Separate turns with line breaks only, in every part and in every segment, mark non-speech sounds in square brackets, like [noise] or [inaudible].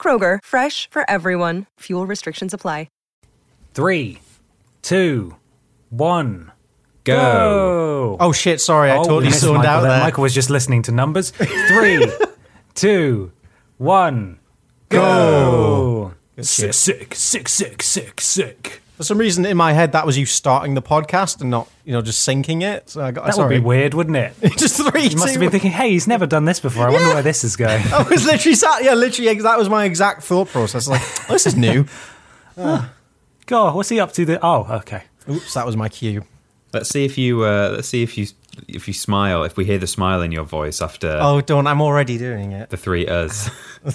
Kroger, fresh for everyone. Fuel restrictions apply.
Three, two, one,
Go.
go.
Oh shit! Sorry, I
Oh,
totally
yes,
zoned
Michael,
out
then.
there.
Michael was just listening to numbers.
[laughs]
Three, two, one, go. Sick, sick, sick, sick, sick, sick.
For some reason, in my head, that was you starting the podcast and not, you know, just syncing it. So I got
That
sorry.
would be weird, wouldn't it?
[laughs] just three.
You must
two,
have been thinking, hey, he's never done this before. I wonder where this is going.
[laughs] I was literally sat. Yeah, literally. ex- That was my exact thought process. Like, [laughs] this is new.
God, what's he up to? The- oh, okay.
Oops, that was my cue.
Let's see if you. Uh, let's see if you. If you smile, if we hear the smile in your voice after
Oh, don't! I'm already doing it.
the three us.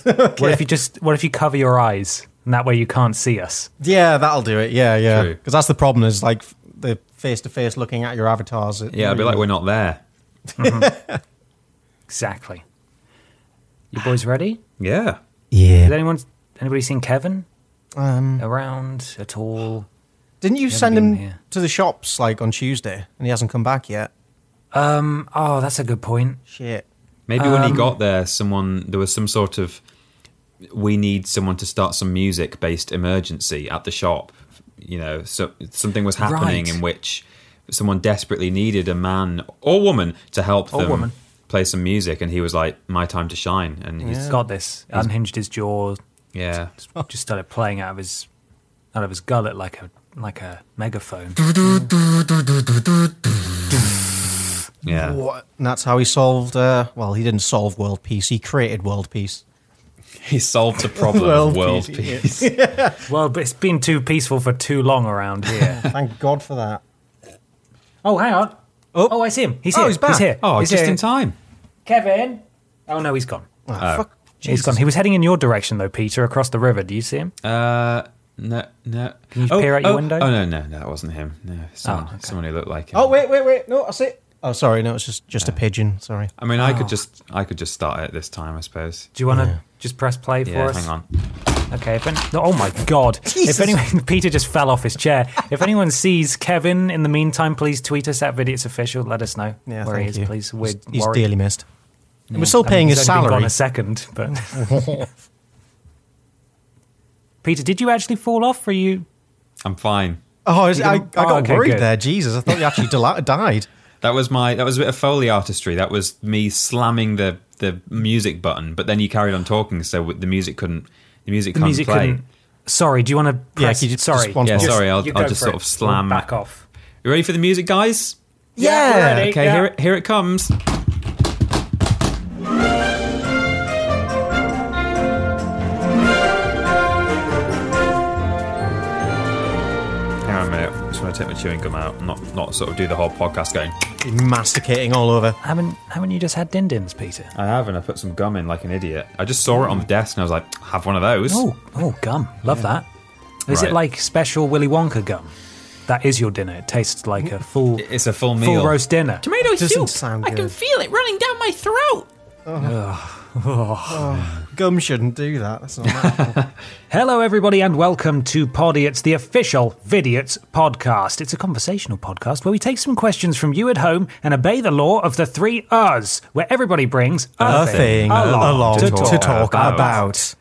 What if you just, what if you cover your eyes and that way you can't see us?
Yeah, that'll do it. Yeah, yeah.
True.
Because that's the problem is like f- the face to face looking at your avatars. It
Yeah, I'd be
really-
like, we're not there.
Exactly. You boys ready?
Yeah.
Has anyone, anybody seen Kevin
Um,
around at all?
didn't you send
been
him
here.
to the shops like on Tuesday and he hasn't come back yet?
Um, oh, that's a good point.
Shit.
Maybe when he got there, someone there was some sort of we need someone to start some music based emergency at the shop. You know, so something was happening
Right.
in which someone desperately needed a man or woman to help
Or
them
woman.
play some music, and he was like, "My time to shine." And he's
Got this. Unhinged his
[laughs]
jaw,
yeah,
just started playing out of his out of his gullet like a like a
[laughs]
megaphone.
yeah.
Uh,
What? And that's how he solved. Uh, well, he didn't solve world peace. He created world peace.
He solved the problem
World
of world
peace,
[laughs]
peace.
well, but it's been too peaceful for too long around
[laughs]
here.
Thank God for that.
oh, hang on. Oh. I see him. He's
Oh,
here.
he's back.
here.
Oh,
he's
just
here.
in time.
Kevin. Oh no, he's gone.
Ah, fuck.
He's gone. He was heading in your direction though, Peter, across the river. Do you see him?
Uh, no, no. Can
you peer out your window?
Oh no, no, no, that wasn't him. No, someone, someone who looked like him.
Oh wait, wait, wait. No, I see. Oh, sorry. No, it's just
Ah.
just a pigeon. Sorry.
I mean, I
Oh.
could just, I could just start it this time, I suppose.
Do you want to just press play
Yeah,
for us?
hang on.
Okay, if any- no, oh my god.
Jesus.
If anyone [laughs] Peter just fell off his chair. If anyone sees Kevin in the meantime, please tweet us at Vidiot's official. Let us know
Yeah,
where he
thank
is,
you.
please. We're
He's, he's
worried.
dearly missed. And we're still
I mean,
paying
he's
his
only been
salary.
Gone a second, but [laughs] Peter, did you actually fall off? Or you?
I'm fine.
Oh, is, I, I got
Oh, okay,
worried
good.
there. Jesus, I thought
[laughs]
you actually deli- died.
That was my, that was a bit of foley artistry. That was me slamming the the music button, but then you carried on talking, so the music couldn't, the music
The
couldn't
music
play.
couldn't. Sorry, do you want to
Yeah,
press?
could you just
sorry,
one
Yeah,
Well,
sorry. I'll,
You
I'll
go
just
for
sort
it.
of slam.
We'll back off.
You ready for the music, guys?
Yeah, we're ready.
Okay,
Yeah.
here it, here it comes. Hang on a minute. I just want to take my chewing gum out, and not not sort of do the whole podcast going.
Masticating all over.
Haven't Haven't you just had din dins, Peter?
I have, and I put some gum in like an idiot. I just saw it on the desk, and I was like, "Have one of those."
Oh, oh, gum. Love that. Is it
Right.
like special Willy Wonka gum? That is your dinner. It tastes like a
[laughs]
full,
It's a full meal.
full roast dinner.
Tomato
Doesn't
soup.
sound
I can
good. Oh.
feel it running down my throat.
Gum shouldn't do that. That's not
[laughs]
natural.
Hello, everybody, and welcome to Podiots, the official Vidiots podcast. It's a conversational podcast where we take some questions from you at home and obey the law of the three us, where everybody brings
a thing
along,
along
to
to,
talk.
talk,
about.
about.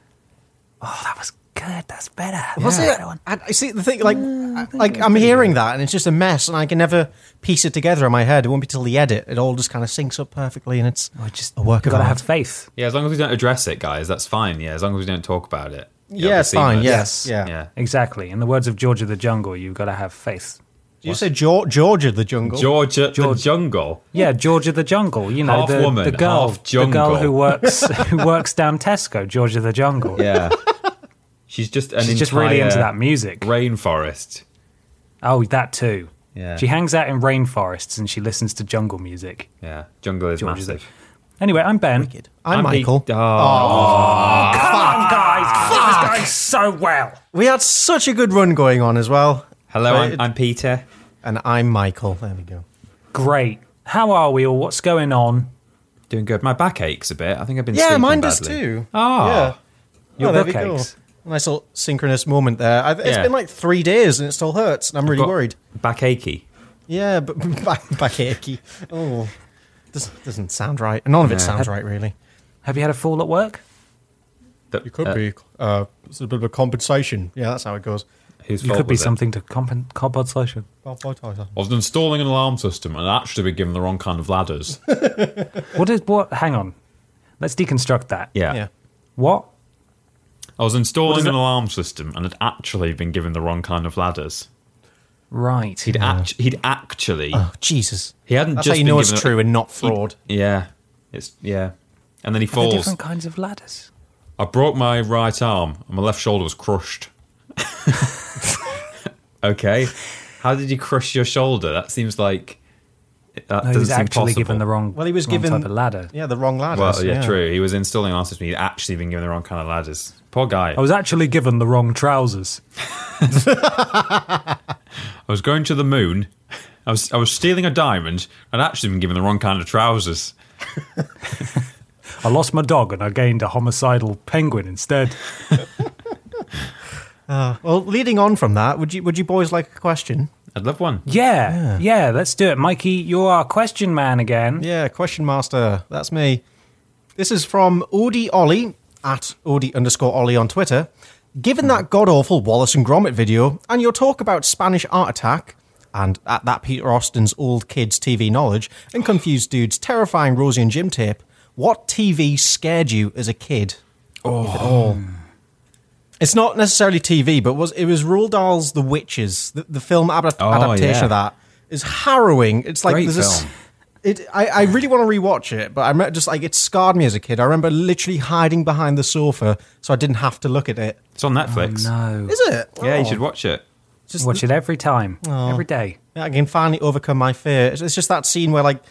Oh, that was good. That's better.
Was
Yeah.
it? I, I see the thing. Like, I- like I'm hearing that, and it's just a mess, and I can never piece it together in my head. It won't be till the edit. It all just kind of syncs up perfectly, and it's
We Oh, just
a work of
gotta
art.
have faith.
Yeah, as long as we don't address it, guys, that's fine. Yeah, as long as we don't talk about it. It'll
yeah,
be
it's fine.
seamless.
Yes.
Yes.
Yeah.
Yeah.
Exactly. In the words of George of the Jungle, you've got to have faith.
Did you say Geor- Georgia the jungle?
Georgia, the
George-
jungle.
Yeah, George of the Jungle. You know,
Half
the,
woman,
the girl,
half
the girl
jungle.
who
[laughs]
works who works down Tesco. George of the Jungle.
Yeah. [laughs] She's just an
She's just really
entire
into that music.
rainforest.
Oh, that too.
Yeah.
She hangs out in rainforests and she listens to jungle music.
Yeah, jungle is
George is
massive.
Anyway, I'm Ben.
I'm,
I'm
Michael.
Pete- Oh,
Come on, guys. going so well.
We had such a good run going on as well.
Hello,
Right,
I'm,
it-
I'm Peter.
And I'm Michael. There we go.
Great. How are we all? What's going on?
Doing good. My back aches a bit. I think I've been
Yeah,
sleeping
mine does
badly.
too.
Ah.
yeah. Oh,
Your
there
book
we go.
aches.
Nice little synchronous moment there. I've, It's
Yeah.
been like three days and it still hurts, and I'm really
Got
worried.
Back achy.
Yeah, but [laughs] back, back achy. Oh, this doesn't sound right. None of it
No.
sounds right, really.
Have you had a fall at work?
That- uh,
be. Uh, it's a bit of a compensation. Yeah, that's how it goes.
Whose
You
fault
could be
was it?
something to compen- compensation.
I was installing an alarm system and actually been given the wrong kind of ladders.
What is what? Hang on. Let's deconstruct that.
[laughs] Yeah.
Yeah.
What?
I was installing
does
an
it-
alarm system and had actually been given the wrong kind of ladders.
Right.
He'd, act- he'd actually.
Oh, Jesus.
He hadn't
That's
just
how you
been
know it's
given a-
true and not fraud.
yeah. It's Yeah. And then he
Are there
falls.
different kinds of ladders.
I broke my right arm and my left shoulder
[laughs]
was crushed. okay. How did you crush your shoulder? That seems like. That
No, he
doesn't
was
seem
actually
possible.
given the wrong.
Well, he was
wrong
given
type of ladder.
Yeah, the wrong ladder.
Well, yeah, true. He was installing an alarm system. He'd actually been given the wrong kind of ladders. Poor guy.
I was actually given the wrong trousers.
I was going to the moon. I was I was stealing a diamond. I'd actually been given the wrong kind of trousers.
I lost my dog and I gained a homicidal penguin instead.
Well, leading on from that, would you would you boys like a question?
I'd love one.
Yeah, yeah, let's do it. Mikey, you're our question man again.
Yeah, question master. That's me. This is from Odie Ollie at Odie underscore Ollie on Twitter. Given that god awful Wallace and Gromit video and your talk about Spanish art attack, and at that Peter Austin's old kids TV knowledge and confused dude's terrifying Rosie and Jim tape, what TV scared you as a kid? It's not necessarily TV, but was it was Roald Dahl's The Witches, the, the film adap-
Oh,
adaptation
yeah.
of that is harrowing. It's like
Great
there's this.
film.
It, I, I really want to rewatch it, but I remember just like it scarred me as a kid. I remember literally hiding behind the sofa so I didn't have to look at it.
It's on Netflix.
No.
Is it?
Yeah, you
Oh.
should watch it.
Just,
Watch it every time, every day.
Yeah, I can finally overcome my fear. It's, it's just that scene where like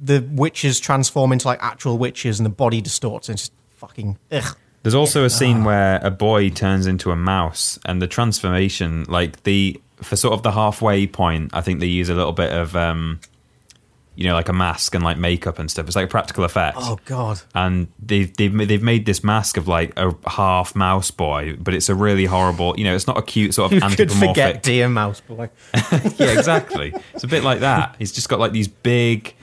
the witches transform into like actual witches and the body distorts and it's just fucking ugh.
There's also a
Ah.
scene where a boy turns into a mouse, and the transformation, like the for sort of the halfway point, I think they use a little bit of, um, you know, like a mask and like makeup and stuff. It's like a practical effect.
Oh god.
and they've they've ma- they've made this mask of like a half mouse boy, but it's a really horrible. You know, it's not a cute sort [laughs] of
You could forget
anthropomorphic.
dear mouse boy.
yeah, exactly. It's a bit like that. He's just got like these big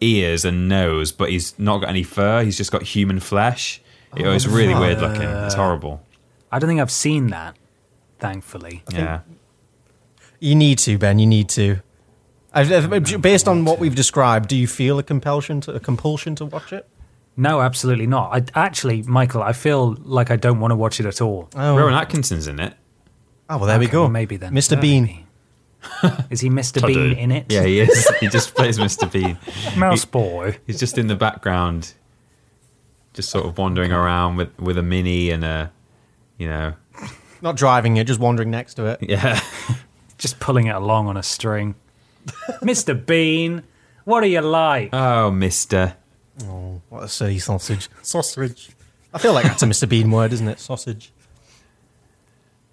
ears and nose, but he's not got any fur. He's just got human flesh. It was
Oh,
really weird looking. It's horrible.
I don't think I've seen that, thankfully.
Yeah.
You need to, Ben. You need to. I- I- Based on what we've described, do you feel a compulsion to a compulsion to watch it?
No, absolutely not. I actually, Michael, I feel like I don't want to watch it at all.
Rowan Atkinson's in it.
Oh well, there we
Okay,
go.
well, maybe then.
Mr.
Yeah,
Bean.
maybe. [laughs] Is he [laughs] Mr. Bean in it?
Yeah, he is. he just plays Mr. [laughs] Bean.
Mouse boy.
He's just in the background, just sort of wandering around with, with a mini and a, you know,
Not driving it, just wandering next to it.
yeah.
Just pulling it along on a string. [laughs] Mr. Bean, what are you like?
Oh, Mister.
What a silly sausage! Sausage. I feel like that's a Mr. Bean word, isn't it? Sausage.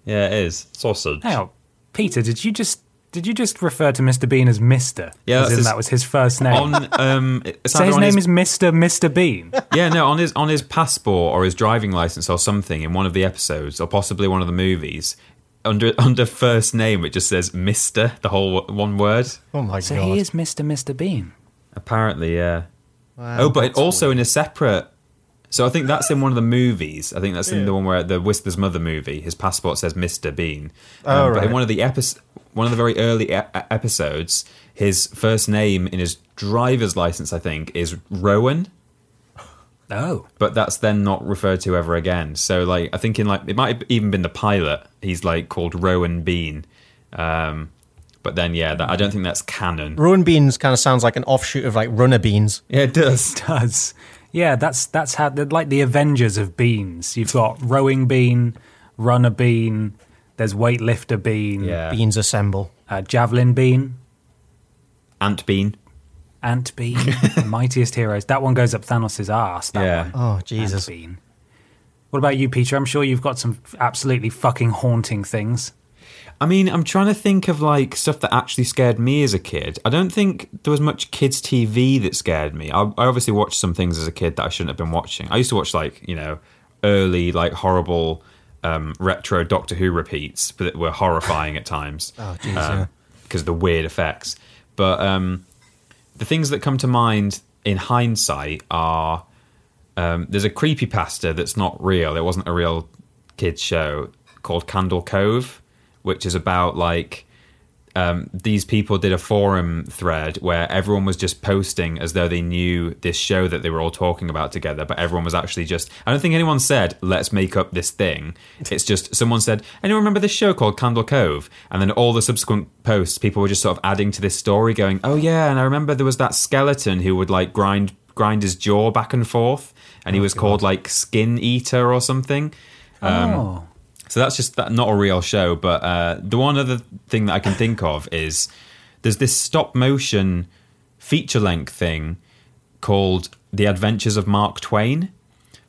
Yeah, it is sausage.
Now, Peter, did you just did you just refer to Mr. Bean as Mister?
Yeah,
as
that's
in
his-
that was his first name.
On um, it-
[laughs]
it's
so
either
his
on
name
his,
is Mr. Mr.
[laughs]
Bean.
yeah, no, on his on his passport or his driving license or something in one of the episodes or possibly one of the movies. Under [laughs] under first name, it just says Mister. The whole w- one word.
Oh my
so
god.
he is Mr. Mr. Bean.
Apparently, yeah. oh, but it also in a separate. So I think that's in one of the movies. I think that's in the one where the Whistler's mother movie. His passport says Mister Bean. Um,
Oh,
But
right.
in one of the episodes, one of the very early e- e- episodes, his first name in his driver's license, I think, is Rowan.
Oh,
but that's then not referred to ever again. So like I think in like it might have even been the pilot. He's like called Rowan Bean, um, but then yeah, that, I don't think that's canon.
Rowan beans kind of sounds like an offshoot of like runner beans.
Yeah, it does.
does yeah? That's that's how they're like the Avengers of beans. You've got rowing bean, runner bean. There's weightlifter bean,
Yeah,
Beans assemble.
uh, javelin bean,
Ant Bean.
ant
[laughs]
bean, mightiest heroes. That one goes up Thanos' ass. That
Yeah.
one.
Oh
Ant
Jesus.
bean. What about you, Peter? I'm sure you've got some absolutely fucking haunting things.
I mean, I'm trying to think of like stuff that actually scared me as a kid. I don't think there was much kids' TV that scared me. I, I obviously watched some things as a kid that I shouldn't have been watching. I used to watch like you know early like horrible um, retro Doctor Who repeats that were horrifying at times.
[laughs] Oh, jeez, yeah.
because of the weird effects. But um, the things that come to mind in hindsight are um, there's a creepy pasta that's not real. It wasn't a real kids show called Candle Cove, which is about like um, these people did a forum thread where everyone was just posting as though they knew this show that they were all talking about together, but everyone was actually just. I don't think anyone said, let's make up this thing. It's just someone said, anyone remember this show called Candle Cove? And then all the subsequent posts, people were just sort of adding to this story, going, oh yeah, and I remember there was that skeleton who would like grind grind his jaw back and forth, and he was called like Skin Eater or something.
oh.
So that's just that, not a real show. But uh, the one other thing that I can think of is there's this stop motion feature length thing called The Adventures of Mark Twain,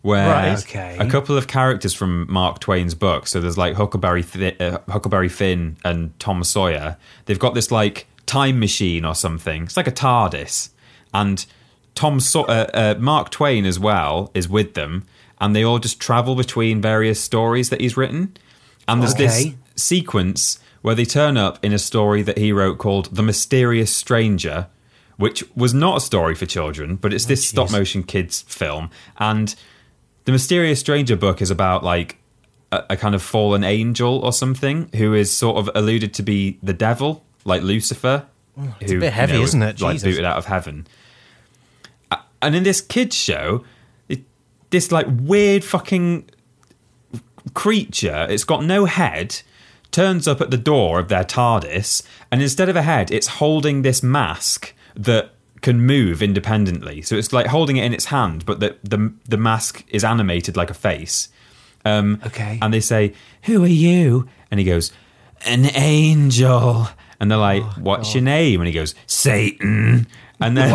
where
Right. Okay.
a couple of characters from Mark Twain's book, so there's like Huckleberry, Th- uh, Huckleberry Finn and Tom Sawyer, they've got this like time machine or something. It's like a TARDIS. And Tom Saw- uh, uh, Mark Twain as well is with them, and they all just travel between various stories that he's written. And there's
Okay.
this sequence where they turn up in a story that he wrote called "The Mysterious Stranger," which was not a story for children, but
Oh,
it's this stop motion kids film. And the Mysterious Stranger book is about like a, a kind of fallen angel or something who is sort of alluded to be the devil, like Lucifer.
Oh, it's a bit heavy, isn't it?
Like
Jesus.
booted out of heaven. A- And in this kids show, it, this like weird fucking creature, it's got no head, turns up at the door of their TARDIS, and instead of a head, it's holding this mask that can move independently. So it's like holding it in its hand, but the the, the mask is animated like a face. Um,
Okay.
And they say, "Who are you?" And he goes, "An angel." And they're like,
Oh,
"What's your name?" And he goes, "Satan." And then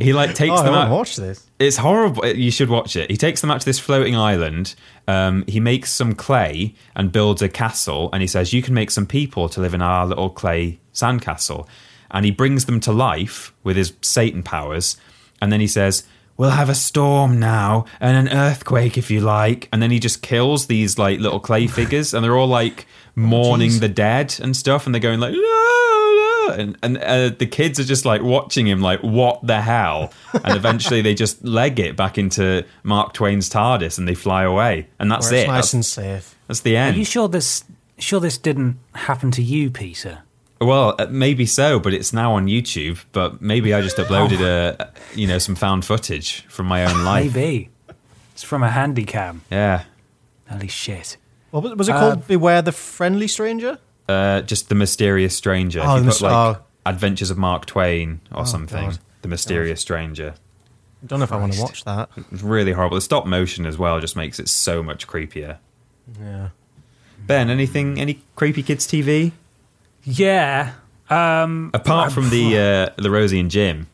[laughs] he like takes
Oh, I
them
want
out.
to watch this.
It's horrible. You should watch it. He takes them out to this floating island. Um, he makes some clay and builds a castle. And he says, You can make some people to live in our little clay sandcastle. And he brings them to life with his Satan powers. And then he says, We'll have a storm now and an earthquake if you like. And then he just kills these like little clay figures. And they're all like mourning the dead and stuff. And they're going like, "No, no." and and uh, the kids are just like watching him like what the hell and eventually
[laughs]
they just leg it back into mark twain's tardis and they fly away and that's
Where it's
it
nice
that's,
and safe.
that's the
Are you
end
sure this sure this didn't happen to you, Peter?
well uh, maybe so but it's now on youtube but maybe i just uploaded
Oh.
a you know some found footage from my
[laughs]
own life
Maybe. It's from a handy cam.
yeah
Holy shit.
Well, was- was it called Beware the Friendly Stranger?
uh, just the mysterious stranger If
Oh,
you
the
put
mys-
like
oh.
adventures of mark twain or something
God.
the mysterious stranger
I don't know if I want to watch that.
it's really horrible the stop motion as well just makes it so much creepier
Yeah.
Ben, anything, any creepy kids TV
Yeah. uh,
apart from the
[laughs]
uh, the Rosie and Jim?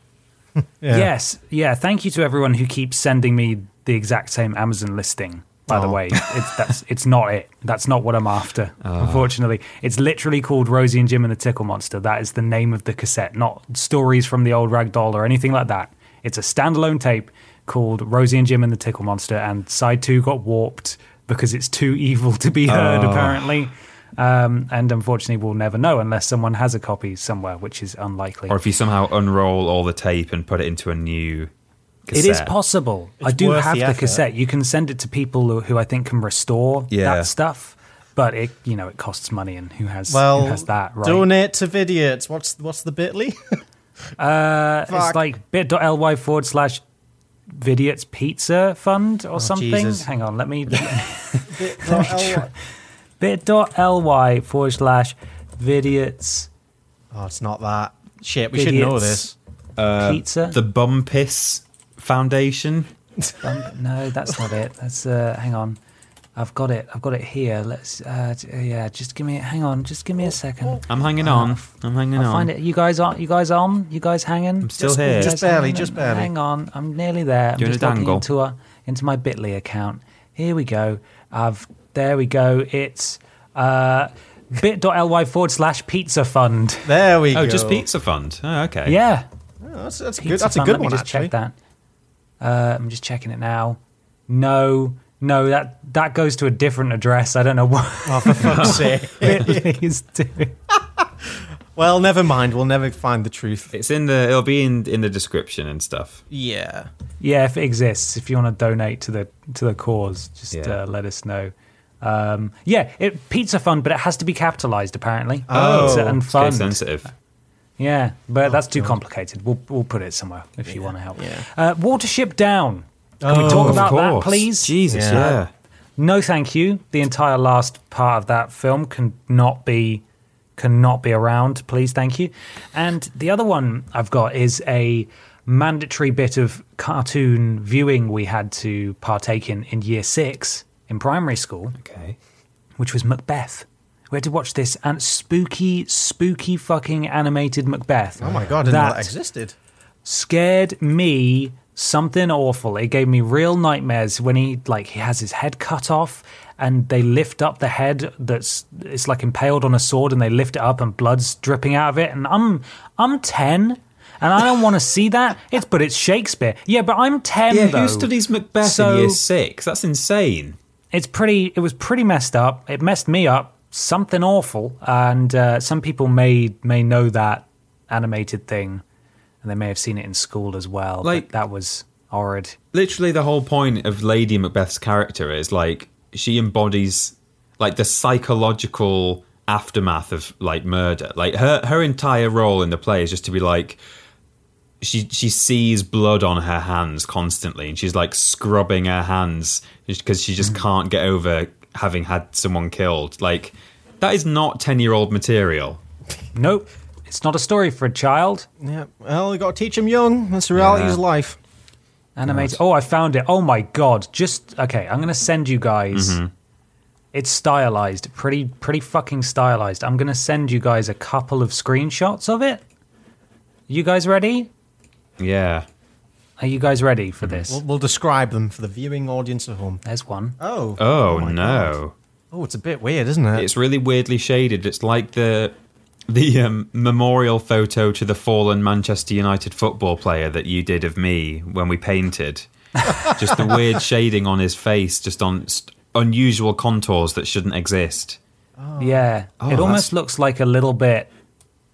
Yeah.
Yes. Yeah. Thank you to everyone who keeps sending me the exact same Amazon listing. By the
Aw.
way, it's, that's it's not it. That's not what I'm after. Unfortunately, it's literally called Rosie and Jim and the Tickle Monster. That is the name of the cassette, not stories from the old Ragdoll or anything like that. It's a standalone tape called Rosie and Jim and the Tickle Monster, and side two got warped because it's too evil to be heard, apparently. Um, and unfortunately, we'll never know unless someone has a copy somewhere, which is unlikely.
Or if you somehow unroll all the tape and put it into a new cassette?
It is possible. I do
worth
have
the
the,
effort.
cassette. You can send it to people who, who I think can restore
Yeah.
that stuff, but it you know it costs money, and who has who
Well,
has that right?
donate to Vidiots. What's what's the bitly? [laughs]
Uh,
Fuck.
it's like bit.ly forward slash Vidiot's Pizza Fund or something.
Oh, Jesus.
Hang on, let
[laughs]
me [laughs]
oh,
bit.ly forward slash Vidiot's
Oh, it's not that. Shit, we should know
Vidiots.
this. Uh,
Pizza.
the Bum Piss Foundation.
Um, no, that's not it. That's uh, hang on. I've got it. I've got it here. Let's. Uh, j- uh, yeah, just give me. Hang on. Just give me a second.
I'm hanging on. I'm hanging
Uh, I
on.
find it. You guys on? You guys on? You guys hanging? I'm
Still here.
Just barely, just barely.
Hang on, I'm nearly there. I'm
Doing a
just logging
dangle.
into a, into my Bitly account. Here we go. I've there we go. It's uh, bit.ly forward slash pizza fund.
There we go.
Oh, just pizza fund. Oh, okay.
Yeah,
Oh, that's that's
pizza
good. That's a
fund.
good
Let me
one.
just
actually.
check that. Uh, I'm just checking it now. No, no, that that goes to a different address. I don't know [laughs] what
Oh,
[laughs]
for fuck's sake.
it is doing.
Well, never mind. We'll never find the truth.
It's in the. It'll be in in the description and stuff.
Yeah.
Yeah, if it exists, if you want to donate to the to the cause, just
Yeah.
uh, let us know. Um, yeah, it, pizza fund, but it has to be capitalized apparently.
Oh.
pizza and
It's case
fund.
sensitive.
Yeah, but that's too complicated. We'll we'll put it somewhere if you want to help.
yeah.
Uh, Watership down. Can
Oh,
we talk
of
about that,
course.
please?
Jesus,
Yeah.
yeah.
No, thank you. The entire last part of that film cannot be cannot be around. Please, thank you. And the other one I've got is a mandatory bit of cartoon viewing we had to partake in in year six in primary school
Okay.
which was Macbeth. We had to watch this and spooky, spooky fucking animated Macbeth.
Oh my god, I didn't know that existed.
scared me something awful. It gave me real nightmares when he like he has his head cut off and they lift up the head that's it's like impaled on a sword and they lift it up and blood's dripping out of it. And I'm I'm ten. And I don't want to see that. It's but it's Shakespeare. Yeah, but I'm ten.
Yeah,
though.
who studies Macbeth
So-
in year six? That's insane.
it's pretty it was pretty messed up it messed me up something awful and uh, some people may may know that animated thing and they may have seen it in school as well but
Like-
that was horrid
Literally, the whole point of Lady Macbeth's character is like she embodies like the psychological aftermath of like murder. Like her her entire role in the play is just to be like she she sees blood on her hands constantly, and she's like scrubbing her hands because she
Hmm.
just can't get over having had someone killed. Like that is not ten year old material.
nope it's not a story for a child
Yeah. Well, you got to teach him young. That's the reality
Yeah.
of life.
animated oh i found it oh my god just okay i'm gonna send you guys it's stylized pretty pretty fucking stylized i'm gonna send you guys a couple of screenshots of it you guys ready
Yeah.
are you guys ready for this
We'll, we'll describe them for the viewing audience at home.
there's one
Oh.
Oh,
my
no.
God. Oh, it's a bit weird, isn't it?
[laughs] It's really weirdly shaded. It's like the the um, memorial photo to the fallen Manchester United football player that you did of me when we painted.
[laughs]
just the weird shading on his face, just on st- unusual contours that shouldn't exist.
Yeah,
Oh,
it
that's-
almost looks like a little bit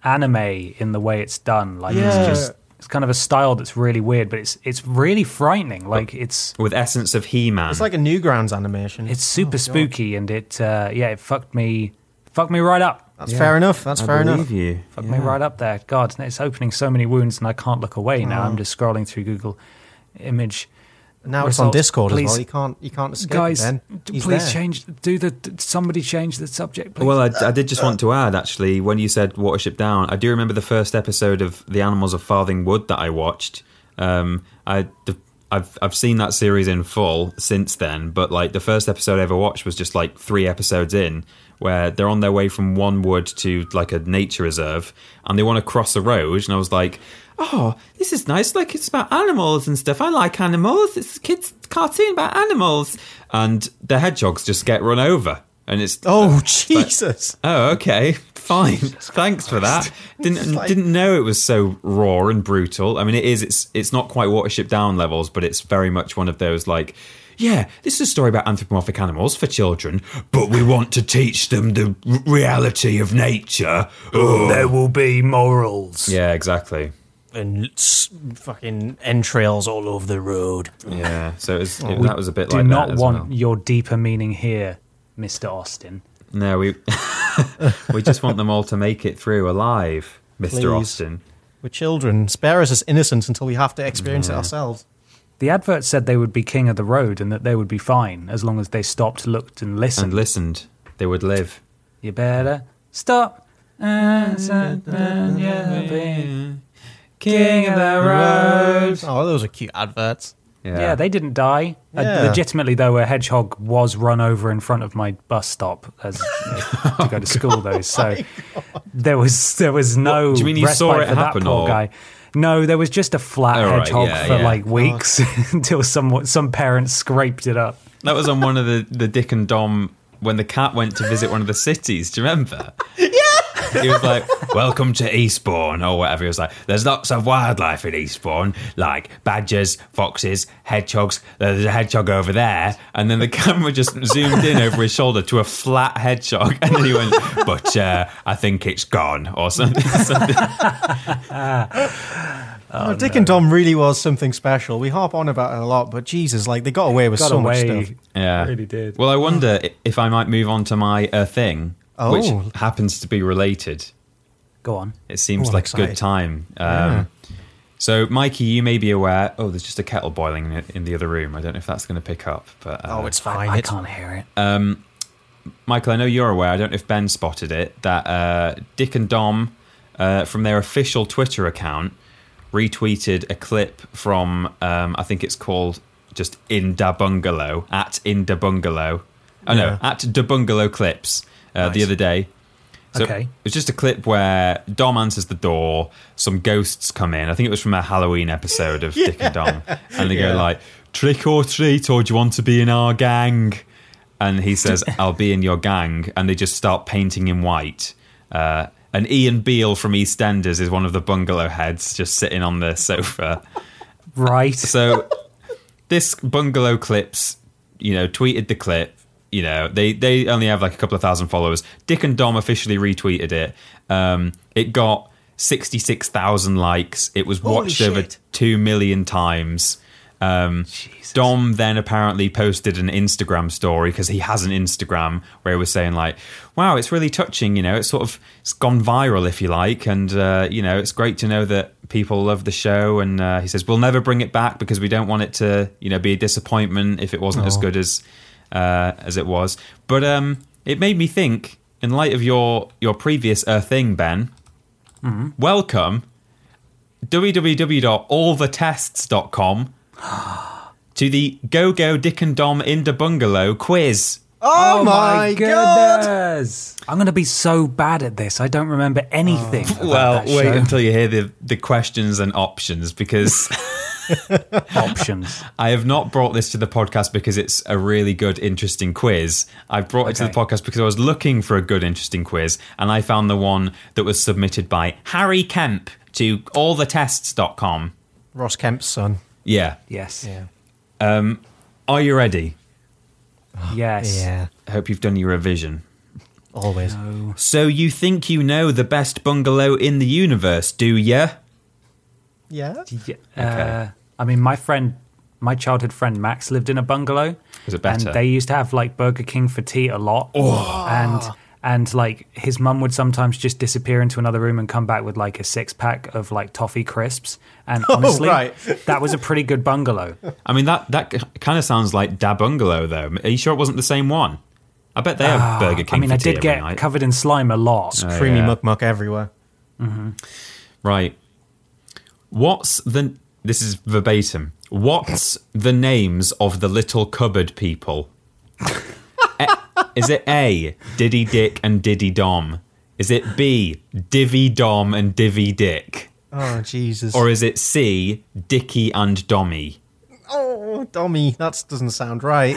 anime in the way it's done. Like
Yeah.
it's just it's kind of a style that's really weird, but it's it's really frightening. Like it's
With essence of He-Man.
It's like a Newgrounds animation.
it's super spooky, and it uh, yeah, it fucked me fucked me right up.
That's fair enough. That's
I
fair
believe
enough.
you.
Fucked me right up there. God, it's opening so many wounds, and I can't look away now. I'm just scrolling through Google image.
Oh. Now it's on
results.
Discord
Please-
as well. You can't you can't escape.
Guys,
then.
d-
He's
please
there.
change. Do the d- somebody change the subject, please?
Well, I, I did just want to add, actually, when you said Watership Down, I do remember the first episode of The Animals of Farthing Wood that I watched. Um, I, the, I've, I've seen that series in full since then, but like the first episode I ever watched was just like three episodes in, where they're on their way from one wood to like a nature reserve, and they want to cross a road, and I was like. Oh, this is nice. Like, it's about animals and stuff. I like animals. It's a kids' cartoon about animals. And the hedgehogs just get run over. And it's
[laughs]
Oh Jesus!
Oh, okay. Fine. Thanks for that. Didn't
like-
didn't know it was so raw and brutal. I mean, it is. It's it's not quite Watership Down levels, but it's very much one of those like, yeah, this is a story about anthropomorphic animals for children, but we want to teach them the r- reality of nature. Oh.
there will be morals.
Yeah, exactly.
And s- fucking entrails all over the road.
Yeah. So it was, it-
Oh, We
that was a bit
do
like
not
that as
want
well.
your deeper meaning here, Mister Austin.
No, we [laughs] we just want them all to make it through alive,
Please.
Mister Austin.
We're children. Spare us as innocent until we have to experience it ourselves.
The advert said they would be king of the road and that they would be fine as long as they stopped, looked, and listened.
And listened, they would live.
you better stop. and sit down, you'll be King of the road.
Oh, those are cute adverts.
Yeah, they didn't die. Uh,
Yeah.
legitimately, though, a hedgehog was run over in front of my bus stop
[laughs]
as to
Oh,
go to school, though. So there was there was no.
do you mean you
respite
saw it
for
happen,
that poor
or-
guy? No, there was just a flat
Oh, right,
hedgehog
yeah, Oh.
for [laughs]
yeah.
like weeks until some some parents scraped it up.
That was on one of the, the Dick and Dom when the cat went to visit one of the cities. Do you remember? Yeah. He was like, "Welcome to Eastbourne" or whatever. He was like, "There's lots of wildlife in Eastbourne, like badgers, foxes, hedgehogs. There's a hedgehog over there." And then the camera just zoomed in over his shoulder to a flat hedgehog, and then he went, "But uh, I think it's gone" or something. something.
Oh, Dick and Dom really was something special. We harp on about it a lot, but Jesus, like they got away with
Got
so
away.
much stuff.
Yeah,
Really did.
Well, I wonder i- if I might move on to my uh, thing,
Oh.
which happens to be related.
Go on.
It seems
Oh, I'm
like a
excited.
good time. Um, So, Mikey, you may be aware. Oh, there's just a kettle boiling in- in the other room. I don't know if that's going to pick up. But uh,
Oh, it's fine.
I
It's-
can't hear it.
Michael, I know you're aware. I don't know if Ben spotted it that uh, Dick and Dom, uh, from their official Twitter account, retweeted a clip from um, I think it's called just in da bungalow at in da bungalow. Oh no, at da bungalow clips uh, the
Nice.
other day. So
Okay.
It was just a clip where Dom answers the door, some ghosts come in. I think it was from a Halloween episode of Dick and Dom. And they
Yeah.
go like, trick or treat, or do you want to be in our gang? And he says, I'll be in your gang. And they just start painting in white. Uh, and Ian Beale from EastEnders is one of the bungalow heads just sitting on the sofa.
Right.
[laughs] So this bungalow clips, you know, tweeted the clip. You know, they they only have like a couple of thousand followers. Dick and Dom officially retweeted it. Um, it got sixty six thousand likes. It was
Holy
watched over
shit.
two million times. Um, Dom then apparently posted an Instagram story because he has an Instagram where he was saying like, "Wow, it's really touching. You know, it's sort of it's gone viral, if you like, and uh, you know, it's great to know that people love the show." And uh, he says, "We'll never bring it back because we don't want it to, you know, be a disappointment if it wasn't as good as uh, as it was." But um, it made me think, in light of your your previous uh, thing, Ben. Welcome www.allthetests.com to the Go Go Dick and Dom in the Bungalow quiz.
Oh, my god!
goodness! I'm going to be so bad at this. I don't remember anything. about
Oh. Well,
that
wait
show.
until you hear the, the questions and options
[laughs]
because [laughs]
options.
I have not brought this to the podcast because it's a really good, interesting quiz. I brought it to the
Okay.
podcast because I was looking for a good, interesting quiz and I found the one that was submitted by Harry Kemp to allthetests.com.
Ross Kemp's son.
Yeah.
Yes.
Are you ready?
Yes.
Yeah,
I hope you've done your revision.
always.
So you think you know the best bungalow in the universe, do ya?
Oh, Yeah.
Yeah, uh, I mean, my friend, my childhood friend Max lived in a bungalow.
Was it better? Oh.
And they used to have like Burger King for tea a lot. And and like his mum would sometimes just disappear into another room and come back with like a six pack of like toffee crisps.
[laughs]
And
Oh,
honestly,
right.
that was a pretty good bungalow.
I mean that that kind of sounds like Da Bungalow though. Are you sure it wasn't the same one? I bet they have Burger King.
Ah, I mean,
for
I
tea
did
every
get
night.
covered in slime a lot.
Creamy
Oh, yeah.
muck muck everywhere.
right. What's the? This is verbatim. What's the names of the little cupboard people? [laughs] A- is it A. Diddy Dick and Diddy Dom? Is it B. Divvy Dom and Divvy Dick?
Oh Jesus!
Or is it C. Dicky and Dommy?
oh, Dommy, that doesn't sound right.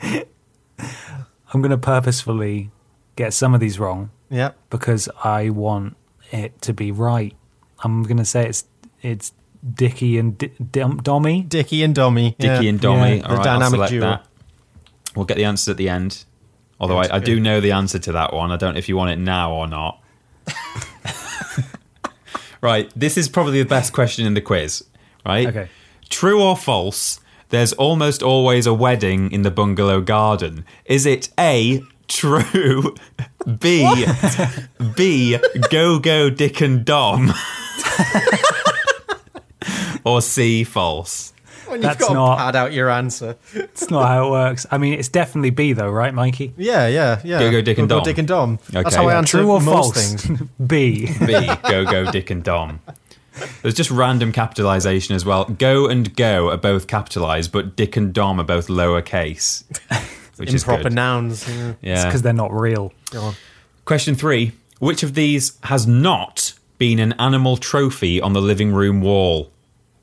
[laughs]
I'm going to purposefully get some of these wrong
yep.
because I want it to be right. I'm gonna say it's it's Dicky and D- Dom- Dommy.
Dicky and Dommy.
Dicky
yeah.
and Dommy.
Yeah,
All
the
right, I'll
dynamic
select
duo.
that. We'll get the answers at the end. Although
That's
I, I do
good.
know the answer to that one. I don't know if you want it now
[laughs]
or not. right, this is probably the best question in the quiz, right?
Okay.
True or false, there's almost always a wedding in the bungalow garden. Is it A, true, B, B, go go Dick
[laughs]
and Dom, or C, false?
When you've
That's
got
not-
to pad out your answer.
It's not how it works. I mean, it's definitely B though, right, Mikey?
Yeah, yeah, yeah.
Go, go, Dick and
Go, go,
Dom.
Dick and Dom. That's
Okay.
how I
Yeah,
answer
True or
most
false?
things.
[laughs] B.
B, go, go, Dick and Dom. There's just random capitalization as well. Go and go are both capitalized, but Dick and Dom are both lowercase. [laughs] Which is
Improper
good.
nouns. Yeah.
Yeah.
because they're not real.
Question three Which of these has not been an animal trophy on the living room wall?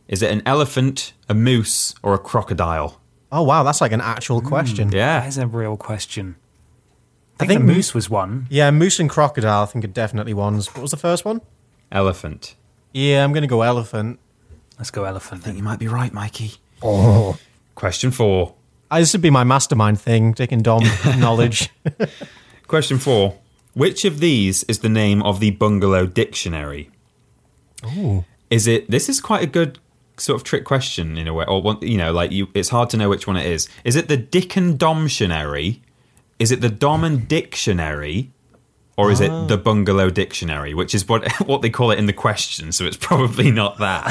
Is it an elephant, a moose, or a crocodile?
Oh wow, that's like an
Hmm.
actual question.
That
Yeah.
is a real question. I
I
think,
think
the moose was one.
Yeah, moose and crocodile. I think are definitely ones. What was the first one?
Elephant.
Yeah, I'm gonna go elephant.
Let's go elephant.
You might be right, Mikey. Oh. [laughs] Question four.
Uh, this would be my mastermind thing, Dick and
[laughs]
Dom knowledge.
[laughs]
Question four. Which of these is the name of the bungalow dictionary? Is it this is quite a good sort of trick question in a way or one you know like you it's hard to know which one it is. Is it the Dick and Domtionary? Is it the Dom and Dictionary? Or is it the bungalow dictionary, which is what [laughs] what they call it in the question, so it's probably not that.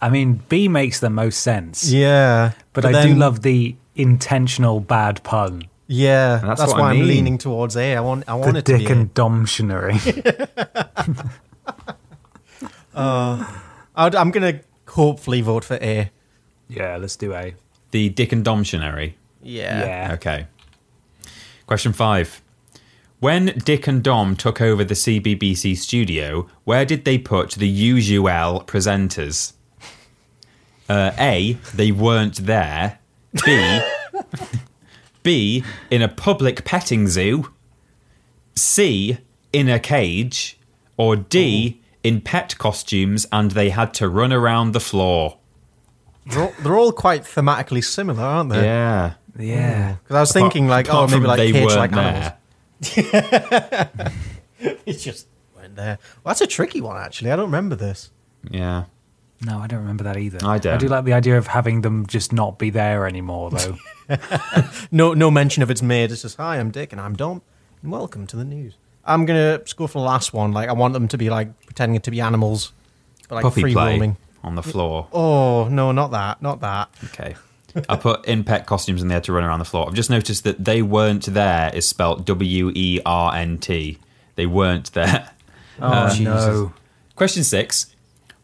I mean, B makes the most sense.
yeah,
But, I do
then-
love the intentional bad pun.
Yeah,
that's
that's,
what I
why I
mean.
am leaning towards A. I want. I want
The
it to
Dick
be. A.
and Domtionary. [laughs]
I'd, I'm gonna hopefully vote for A.
yeah, let's do A.
the Dick and Domtionary.
Yeah.
Okay. Question five. When Dick and Dom took over the CBBC studio, where did they put the usual presenters? Uh, A. They weren't there. B. [laughs] B. In a public petting zoo. C. In a cage. Or D. In pet costumes and they had to run around the floor.
They're all, they're all quite thematically similar, aren't they?
Yeah.
Yeah.
Because I was thinking like, oh,
Uh, Apart
maybe
from
like
they
cage
weren't
like
there.
animals. [laughs] It just went there. Well, that's a tricky one actually. I don't remember this.
Yeah.
No, I don't remember that either.
I
I
don't.
do like the idea of having them just not be there anymore, though.
No, no mention of its made. It's just hi, I'm Dick and I'm Dom, and welcome to the news. I'm gonna just go for the last one. Like, I want them to be like pretending to be animals, but like
Puppy
free
play
roaming.
on the floor.
Oh no, not that, not that.
Okay. I put in pet costumes and they had to run around the floor. I've just noticed that they weren't there is spelt W E R N T. They weren't there. [laughs]
[laughs] oh, no.
Question six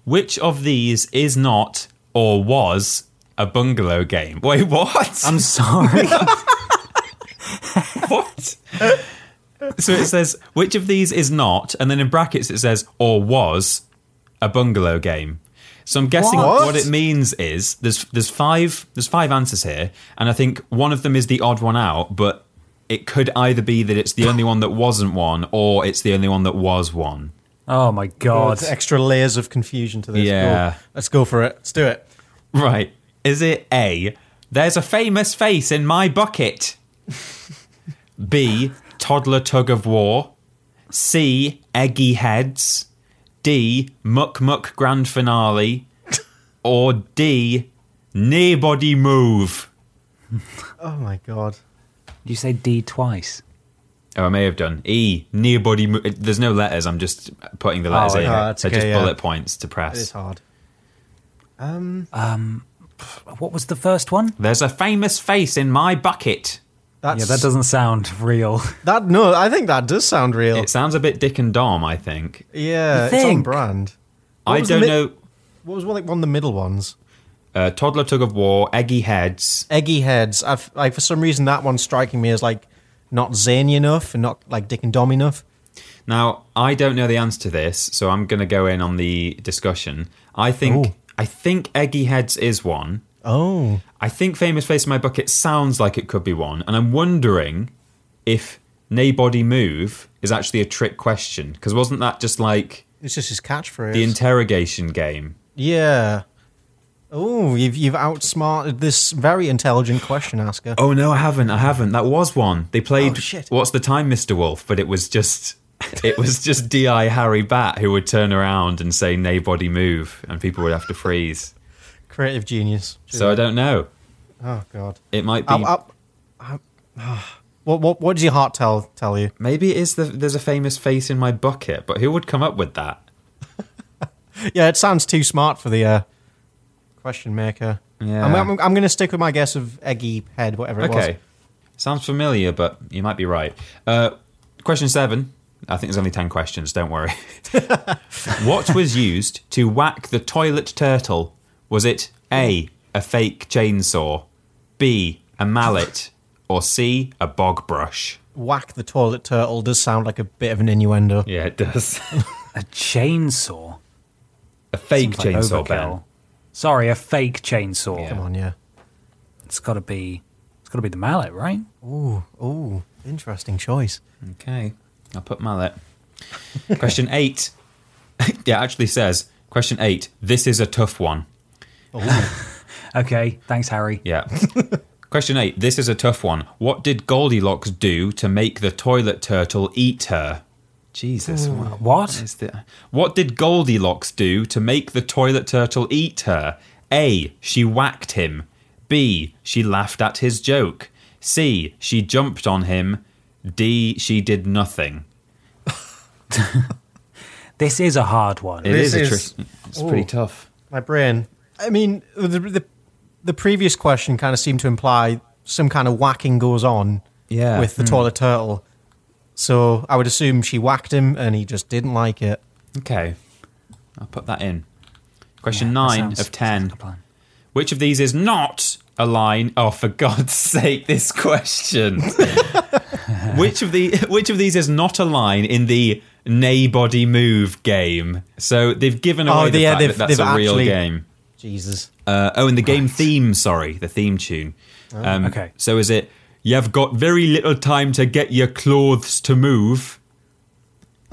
Which of these is not or was a bungalow game? Wait, what?
I'm sorry.
[laughs] what? so it says, which of these is not? And then in brackets it says, or was a bungalow game. So I'm guessing what,
What?
it means is there's there's five there's five answers here, and I think one of them is the odd one out, but it could either be that it's the only one that wasn't one, or it's the only one that was one.
oh, my God.
It's extra layers of confusion to this. Go.
Yeah.
let's go for it. Let's do it.
Right. Is it A, there's a famous face in my bucket? [laughs] B, toddler tug of war? C, eggy heads? D, muck muck grand finale?
[laughs]
Or D, nobody move?
Oh my god.
you say D twice.
Oh, I may have done. E, nobody move. There's no letters. I'm just putting the letters
Oh,
in.
okay.
Oh, that's
They're just
okay, yeah.
bullet points to
It is
press.
hard.
What was the first one?
There's a famous face in my bucket.
That's,
Yeah, that doesn't sound [laughs] real.
That no, I think that does sound real.
It sounds a bit Dick and Dom, I think.
yeah, it's on
think?
brand.
I
was the
don't
mi-
know.
What was one, like one of the middle ones?
uh, toddler tug of war, eggy heads.
Eggy heads. I've like for some reason that one's striking me as like not zany enough and not like Dick and Dom enough.
Now I don't know the answer to this, so I'm going to go in on the discussion. I think
Ooh.
I think eggy heads is one.
Oh,
I think famous face in my bucket sounds like it could be one, and I'm wondering if naybody move is actually a trick question because wasn't that just like
it's just his catchphrase.
the interrogation game?
yeah. Oh, you've you've outsmarted this very intelligent question asker.
Oh no, I haven't. I haven't. That was one. They played
Oh, shit.
What's the Time, Mr. Wolf, but it was just [laughs] it was just DI Harry Bat who would turn around and say naybody move and people would have to freeze.
Creative genius.
So I don't know.
oh god.
It might be
Ow, ow, ow. [sighs] what what what does your heart tell tell you?
maybe it is the there's a famous face in my bucket, but who would come up with that?
Yeah, it sounds too smart for the uh, question maker.
Yeah.
I'm, I'm, I'm going to stick with my guess of eggy head, whatever it
Okay. Sounds familiar, but you might be right. Uh, question seven. I think there's only 10 questions, don't worry. [laughs] what was used to whack the toilet turtle? Was it A, a fake chainsaw, B, a mallet, or C, a bog brush?
was. Whack the toilet turtle does sound like a bit of an innuendo.
Yeah, [laughs] it does.
A chainsaw?
a fake
Seems like overkill.
chainsaw, Ben.
Sorry, a fake chainsaw.
Come on, yeah.
It's got to be. It's got to be the mallet, right?
Ooh, ooh, interesting choice.
Okay. I'll put mallet. Question eight. [laughs] yeah, it actually says question eight. This is a tough one.
Okay. Thanks, Harry.
Yeah. [laughs] question eight. This is a tough one. What did Goldilocks do to make the toilet turtle eat her? Jesus. Hmm. What,
What?
is the, what did Goldilocks do to make the toilet turtle eat her? A. She whacked him. B. She laughed at his joke. C. She jumped on him. D. She did nothing.
This is a hard one.
It
This
is
is-
a trick. It's pretty tough.
My brain. I mean, the the, the previous question kind of seemed to imply some kind of whacking goes on.
Yeah.
With the toilet turtle, so I would assume she whacked him and he just didn't like it.
Okay. I'll put that in. Question
That
nine
sounds-
of ten.
sounds like a plan.
Which of these is not a line? Oh, for God's [laughs] sake,
[laughs]
this question. which of the which of these is not a line in the Naybody Move game? So they've given away
Oh,
the
yeah,
fact
they've-
that that's
they've
a real
actually-
game.
Jesus.
Uh, oh, and the game theme, sorry, the theme tune. Um,
okay.
So is it, you've got very little time to get your clothes to move?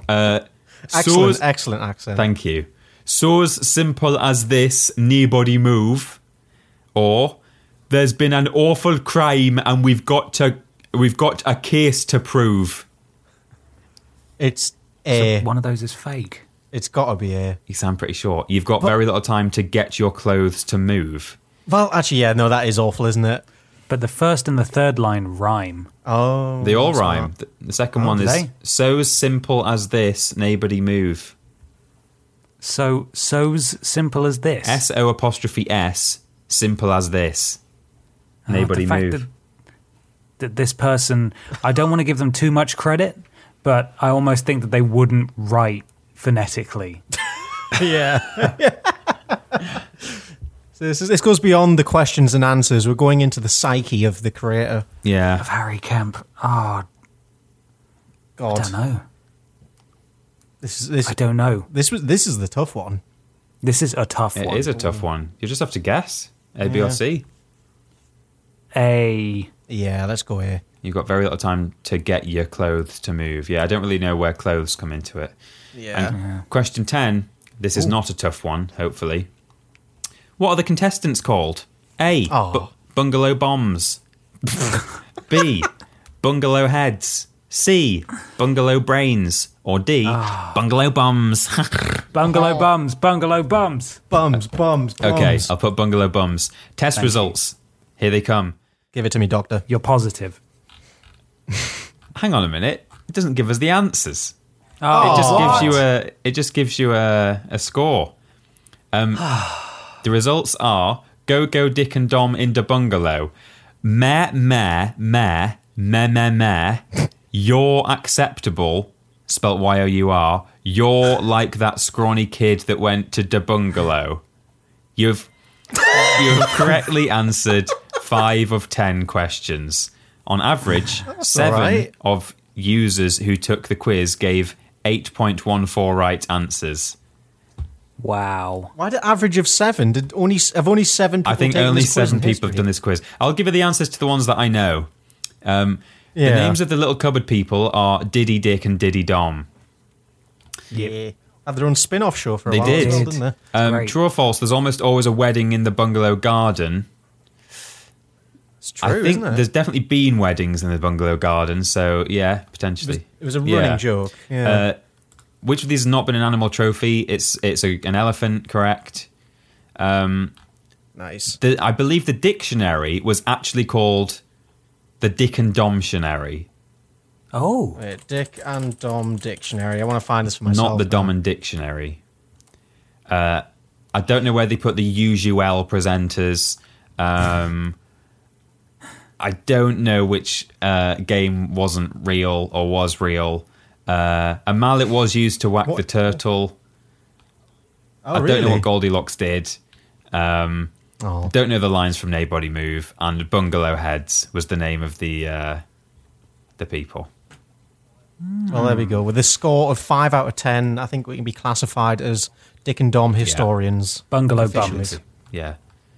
Uh,
Excellent,
"So's-
excellent accent.
Thank you. So's simple as this, nobody move. Or there's been an awful crime and we've got to we've got a case to prove.
it's
So
eh.
A.
one of those is fake.
it's got to be A.
You sound pretty sure. You've got very little time to get your clothes to move.
Well, actually, yeah, no, that is awful, isn't it?
But the first and the third line rhyme.
Oh,
They all
that's
rhyme.
not-
The- The second one
do
is
they?
so's simple as this, nobody move.
So so's simple as this.
S O apostrophe S, simple as this.
Oh, the
Nobody
fact
move.
That, that this person, I don't want to give them too much credit, but I almost think that they wouldn't write phonetically.
yeah. [laughs] so this, is, this goes beyond the questions and answers. We're going into the psyche of the creator.
yeah.
Harry Camp. Oh, I
God,
don't know.
this is this
I don't know.
this was this is the tough one.
This is a tough
It
one.
is a tough one. You just have to guess. A, B, or
Yeah.
C.
a
Yeah, let's go here.
You've got very little time to get your clothes to move. Yeah, I don't really know where clothes come into it.
Yeah.
And question 10. This is not a tough one, hopefully. What are the contestants called? A.
Aw.
Bu- bungalow bombs. B. Bungalow heads. C. Bungalow brains. Or D.
Ah.
Bungalow bombs. [laughs]
bungalow bums. Bungalow bums.
Bums, bums, bums.
okay, I'll put bungalow bombs. Test results. Here they come.
give it to me, doctor.
You're positive.
Hang on a minute. It doesn't give us the answers. it just gives you a it just gives you a, a score. Um, the results are go go dick and dom in the bungalow, meh meh meh meh meh meh. You're acceptable, spelt y o u r. You're like that scrawny kid that went to the bungalow. You've you've correctly answered five of ten questions. On average, seven
right.
of users who took the quiz gave 8.14 right answers.
Wow.
Why the average of seven? Did only have only seven? People
I think
taken
only
this quiz
seven
in
people
history?
have done this quiz. I'll give you the answers to the ones that I know. Um, The
Yeah.
names of the little cupboard people are Diddy Dick and Diddy Dom.
Yeah, had their own spin-off show for a
They
while,
did.
as well, didn't they?
Um,
Great.
true or false, there's almost always a wedding in the bungalow garden.
It's true,
I think
isn't it?
there's definitely been weddings in the bungalow garden, so yeah, potentially.
It was a running
Yeah.
joke. Yeah.
Uh, which of these has not been an animal trophy? It's it's a, an elephant, correct?
nice.
The, I believe the dictionary was actually called the Dick and Domtionary,
Oh,
Wait, Dick and Dom dictionary. I want to find this for myself.
not the
now.
Dom and Dictionary. Uh, I don't know where they put the usual presenters. Um, [laughs] I don't know which uh, game wasn't real or was real. Uh, a mallet was used to whack the turtle.
Oh,
I don't
really?
know what Goldilocks did.
Oh.
Don't know the lines from Nobody Move and Bungalow Heads was the name of the uh, the people.
Well, there
Hmm.
we go. With a score of five out of ten, I think we can be classified as Dick and Dom historians.
bungalow
Officially.
bums.
yeah.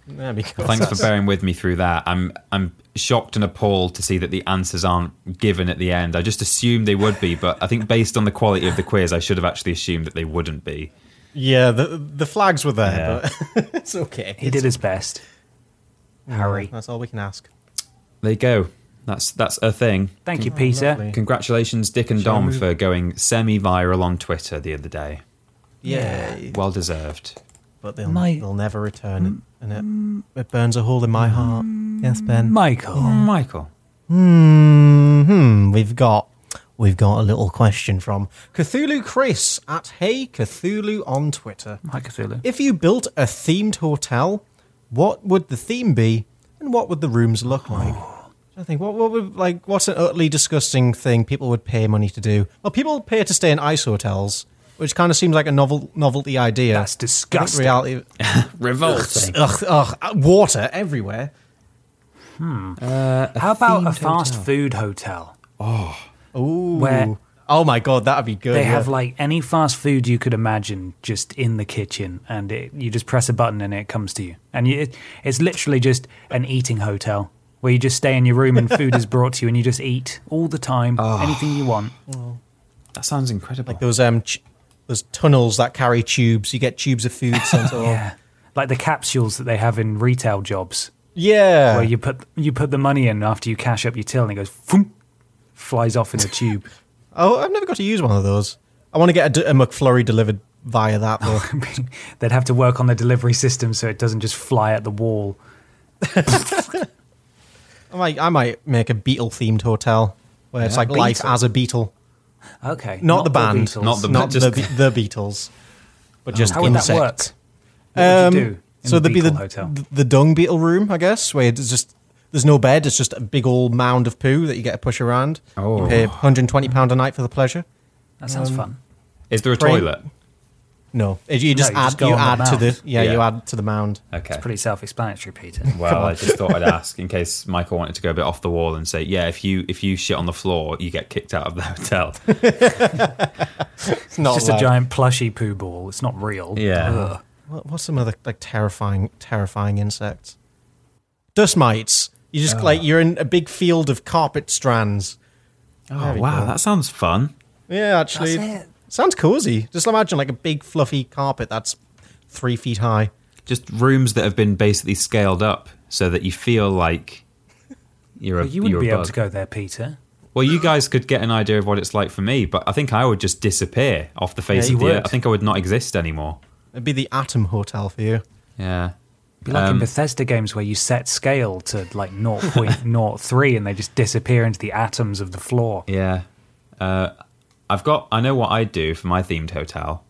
There we go.
Well, thanks for bearing with me through that. I'm I'm shocked and appalled to see that the answers aren't given at the end. I just assumed they would be, but I think based on the quality of the quiz, I should have actually assumed that they wouldn't be.
[laughs] Yeah, the the flags were there, but [laughs] it's okay.
He did his best. Harry.
That's all we can ask.
There you go. That's that's a thing.
Thank you, Peter.
lovely.
Congratulations, Dick and Dom, for going semi-viral on Twitter the other day.
Yeah,
Well deserved.
but they'll
My- Mm.
they'll never return it, and it, it burns a hole in my heart. Yes, Ben.
Michael.
Michael.
Hmm. We've got we've got a little question from Cthulhu Chris at Hey Cthulhu on Twitter.
Mike Cthulhu.
If you built a themed hotel, what would the theme be, and what would the rooms look like? I think what what would like what's an utterly disgusting thing people would pay money to do? Well, people pay to stay in ice hotels, which kind of seems like a novel novelty idea.
That's
I think
disgusting.
reality.
Revolt.
ugh, ugh, uh, water everywhere.
How about a
themed
fast
hotel.
food hotel?
Ooh.
Where-
oh my god, that'd be good.
They
yeah.
have like any fast food you could imagine just in the kitchen, and it, you just press a button and it comes to you. And you, it, it's literally just an eating hotel where you just stay in your room and food is brought to you, and you just eat all the time, anything you want.
That sounds incredible.
like those um ch- those tunnels that carry tubes. You get tubes of food sent. along.
[laughs] Yeah, like the capsules that they have in retail jobs
yeah.
where you put you put the money in after you cash up your till, and it goes, Foom, flies off in a tube.
Oh, I've never got to use one of those. I want to get a, d- a McFlurry delivered via that.
[laughs]
Though.
They'd have to work on the delivery system so it doesn't just fly at the wall.
I might, I might make a beetle themed hotel where it's
Yeah,
like life
Beetle.
as a beetle,
Okay,
not, the band,
Beatles. Oh.
Not the-
not the,
just-
Be- the Beatles, but just
How would
insects.
that work? What would you
Um,
do? In
so
the
there'd be the,
Beagle hotel.
th- the dung beetle room, I guess, where it's just there's no bed. It's just a big old mound of poo that you get to push around.
Oh.
You pay 120 pound a night for the pleasure.
That
um,
sounds fun.
Is there a
Brain-
toilet?
No, It- you just
you
add
just go
you
on the
add to the
mound.
yeah, you
Yeah.
add to the mound.
Okay.
It's pretty self-explanatory,
[laughs]
Peter.
Well, I
[laughs]
just thought I'd ask in case Michael wanted to go a bit off the wall and say, "Yeah, if you if you shit on the floor, you get kicked out of the [laughs] hotel."
Oh,
It's not
It's just
allowed.
a giant plushy poo ball. It's not real.
Yeah.
Ugh.
What, what's some other like terrifying, terrifying insects? Dust mites. You just
Ah.
like you're in a big field of carpet strands.
oh wow, that sounds fun.
Yeah, actually,
That's it.
sounds cozy. Just imagine like a big fluffy carpet that's three feet high.
Just rooms that have been basically scaled up so that you feel like you're a
But you
are
wouldn't
a
be able
bug.
to go there, Peter.
Well, you guys could get an idea of what it's like for me, but I think I would just disappear off the face
Yeah,
of the
you
earth.
would.
I think I would not exist anymore.
It'd be the Atom Hotel for you.
Yeah.
Be like in
Um,
Bethesda games where you set scale to like
[laughs]
0.03 and they just disappear into the atoms of the floor.
Yeah. Uh, I've got, I know what I'd do for my themed hotel.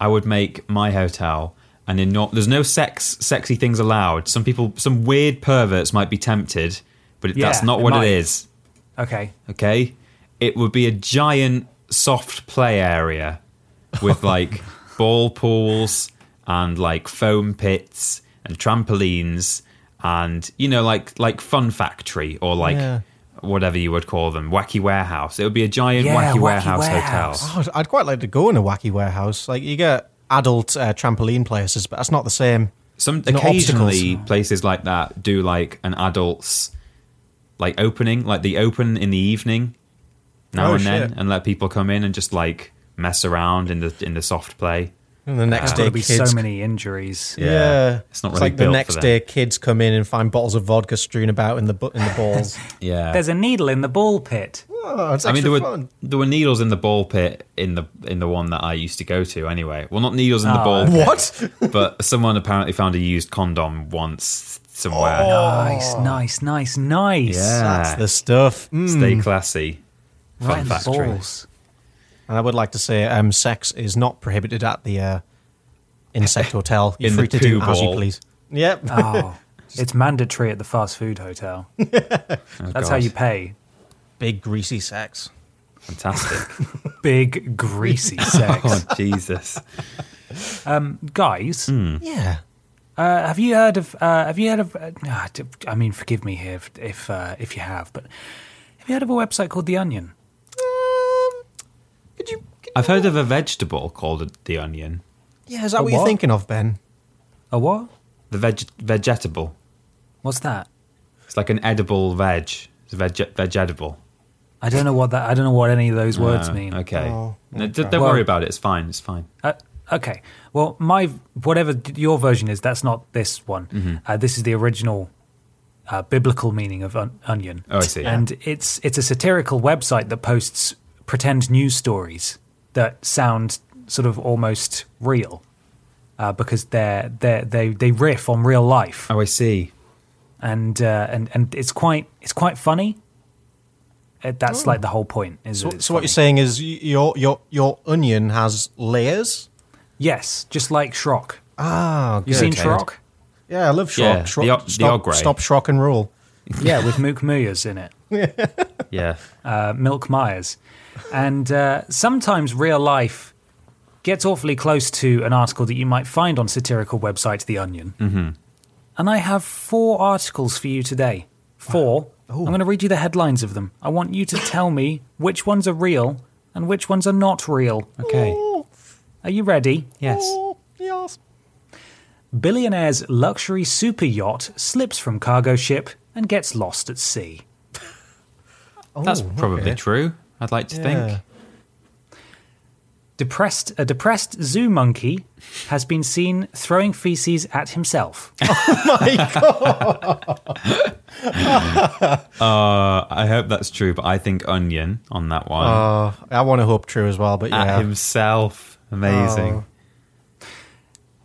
I would make my hotel an enormous, there's no sex, sexy things allowed. Some people, some weird perverts might be tempted, but
Yeah,
that's not
they
what
might.
it is.
Okay.
Okay. It would be a giant soft play area with like ball pools and like foam pits and trampolines and you know like like fun factory or like
Yeah.
whatever you would call them wacky warehouse it would be a giant
Yeah,
wacky,
wacky
warehouse,
warehouse.
hotel
Oh, I'd quite like to go in a wacky warehouse. Like you get adult uh, trampoline places, but that's not the same.
some
no
occasionally
obstacles.
places like that do like an adults like opening like the open in the evening now
Oh,
and then
shit.
and let people come in and just like mess around in the in the soft play
And the
Ah.
next day,
There'll be
kids.
so many injuries.
Yeah.
It's not
it's
really
like the
built for
next
them.
day, kids come in and find bottles of vodka strewn about in the bu- in the
[laughs]
balls.
Yeah.
There's a needle in the ball pit.
oh, it's
I mean,
extra
there were
fun.
there were needles in the ball pit in the in the one that I used to go to. Anyway, well, not needles in the
Oh,
ball,
okay.
pit,
Ah, What?
[laughs] but someone apparently found a used condom once somewhere.
Nice,
Oh.
nice, nice, nice.
Yeah.
Oh, That's the stuff. Mm.
Stay classy. Fun
Right in the
factory. [laughs]
balls.
And I would like to say, um, sex is not prohibited at the uh, insect hotel. You're
[laughs] In
free
the
to do
poo
as you
ball.
please. Ah, Yep.
[laughs]
Oh, it's mandatory at the fast food hotel. That's how
Oh, God.
you pay.
Big greasy sex.
[laughs] Fantastic.
Big greasy sex,
[laughs] oh Jesus.
guys.
Hmm.
Yeah.
Uh, have you heard of? Uh, have you heard of? Uh, ah, d- I mean, forgive me here if if, uh, if you have, but have you heard of a website called The Onion?
Could you? Could,
I've heard of a vegetable called the onion.
yeah, is that
A
what, you're
what?
thinking of, Ben?
A what?
The veg vegetable.
What's that?
It's like an edible veg. It's veg vegetable.
I don't know what that. I don't know what any of those words
Oh,
mean.
Okay.
Oh,
No, d- don't
Well-
worry about it. It's fine. It's fine.
Uh, okay. Well, my whatever d- your version is, that's not this one.
Mm-hmm.
Uh, this is the original uh, biblical meaning of on- onion.
Oh, I see.
And it's it's a satirical website that posts pretend news stories that sound sort of almost real. Uh, because they're, they're, they they riff on real life,
Oh, I see.
and uh, and and it's quite it's quite funny. Uh, that's like the whole point. Is
Oh. So,
that it's
so what
funny.
you're saying is y- your your your onion has layers.
Yes, just like Shrock.
Ah,
You
good.
seen
okay. [laughs]
Shrock?
yeah, I love
Oh, Yeah,
Shrock. Shrock-
the o- the
stop,
Ogre.
stop Shrock and roll.
Yeah, with Mook Myers in it.
Yeah.
uh, Milk Myers. And uh, sometimes real life gets awfully close to an article that you might find on satirical website The Onion. Mm-hmm. And I have four articles for you today. Four. I'm going to read you the headlines of them. I want you to tell me which ones are real and which ones are not real.
[laughs] Okay.
Are you ready?
Yes.
Oh, yes.
Billionaire's luxury super yacht slips from cargo ship and gets lost at sea.
That's
Oh,
probably
okay.
true. I'd like to
Yeah.
think.
Depressed, a depressed zoo monkey has been seen throwing feces at himself.
[laughs]
Uh, I hope that's true, but I think onion on that one.
Uh, I want to hope true as well,
[laughs]
but
at
yeah. Oh.
himself. Amazing.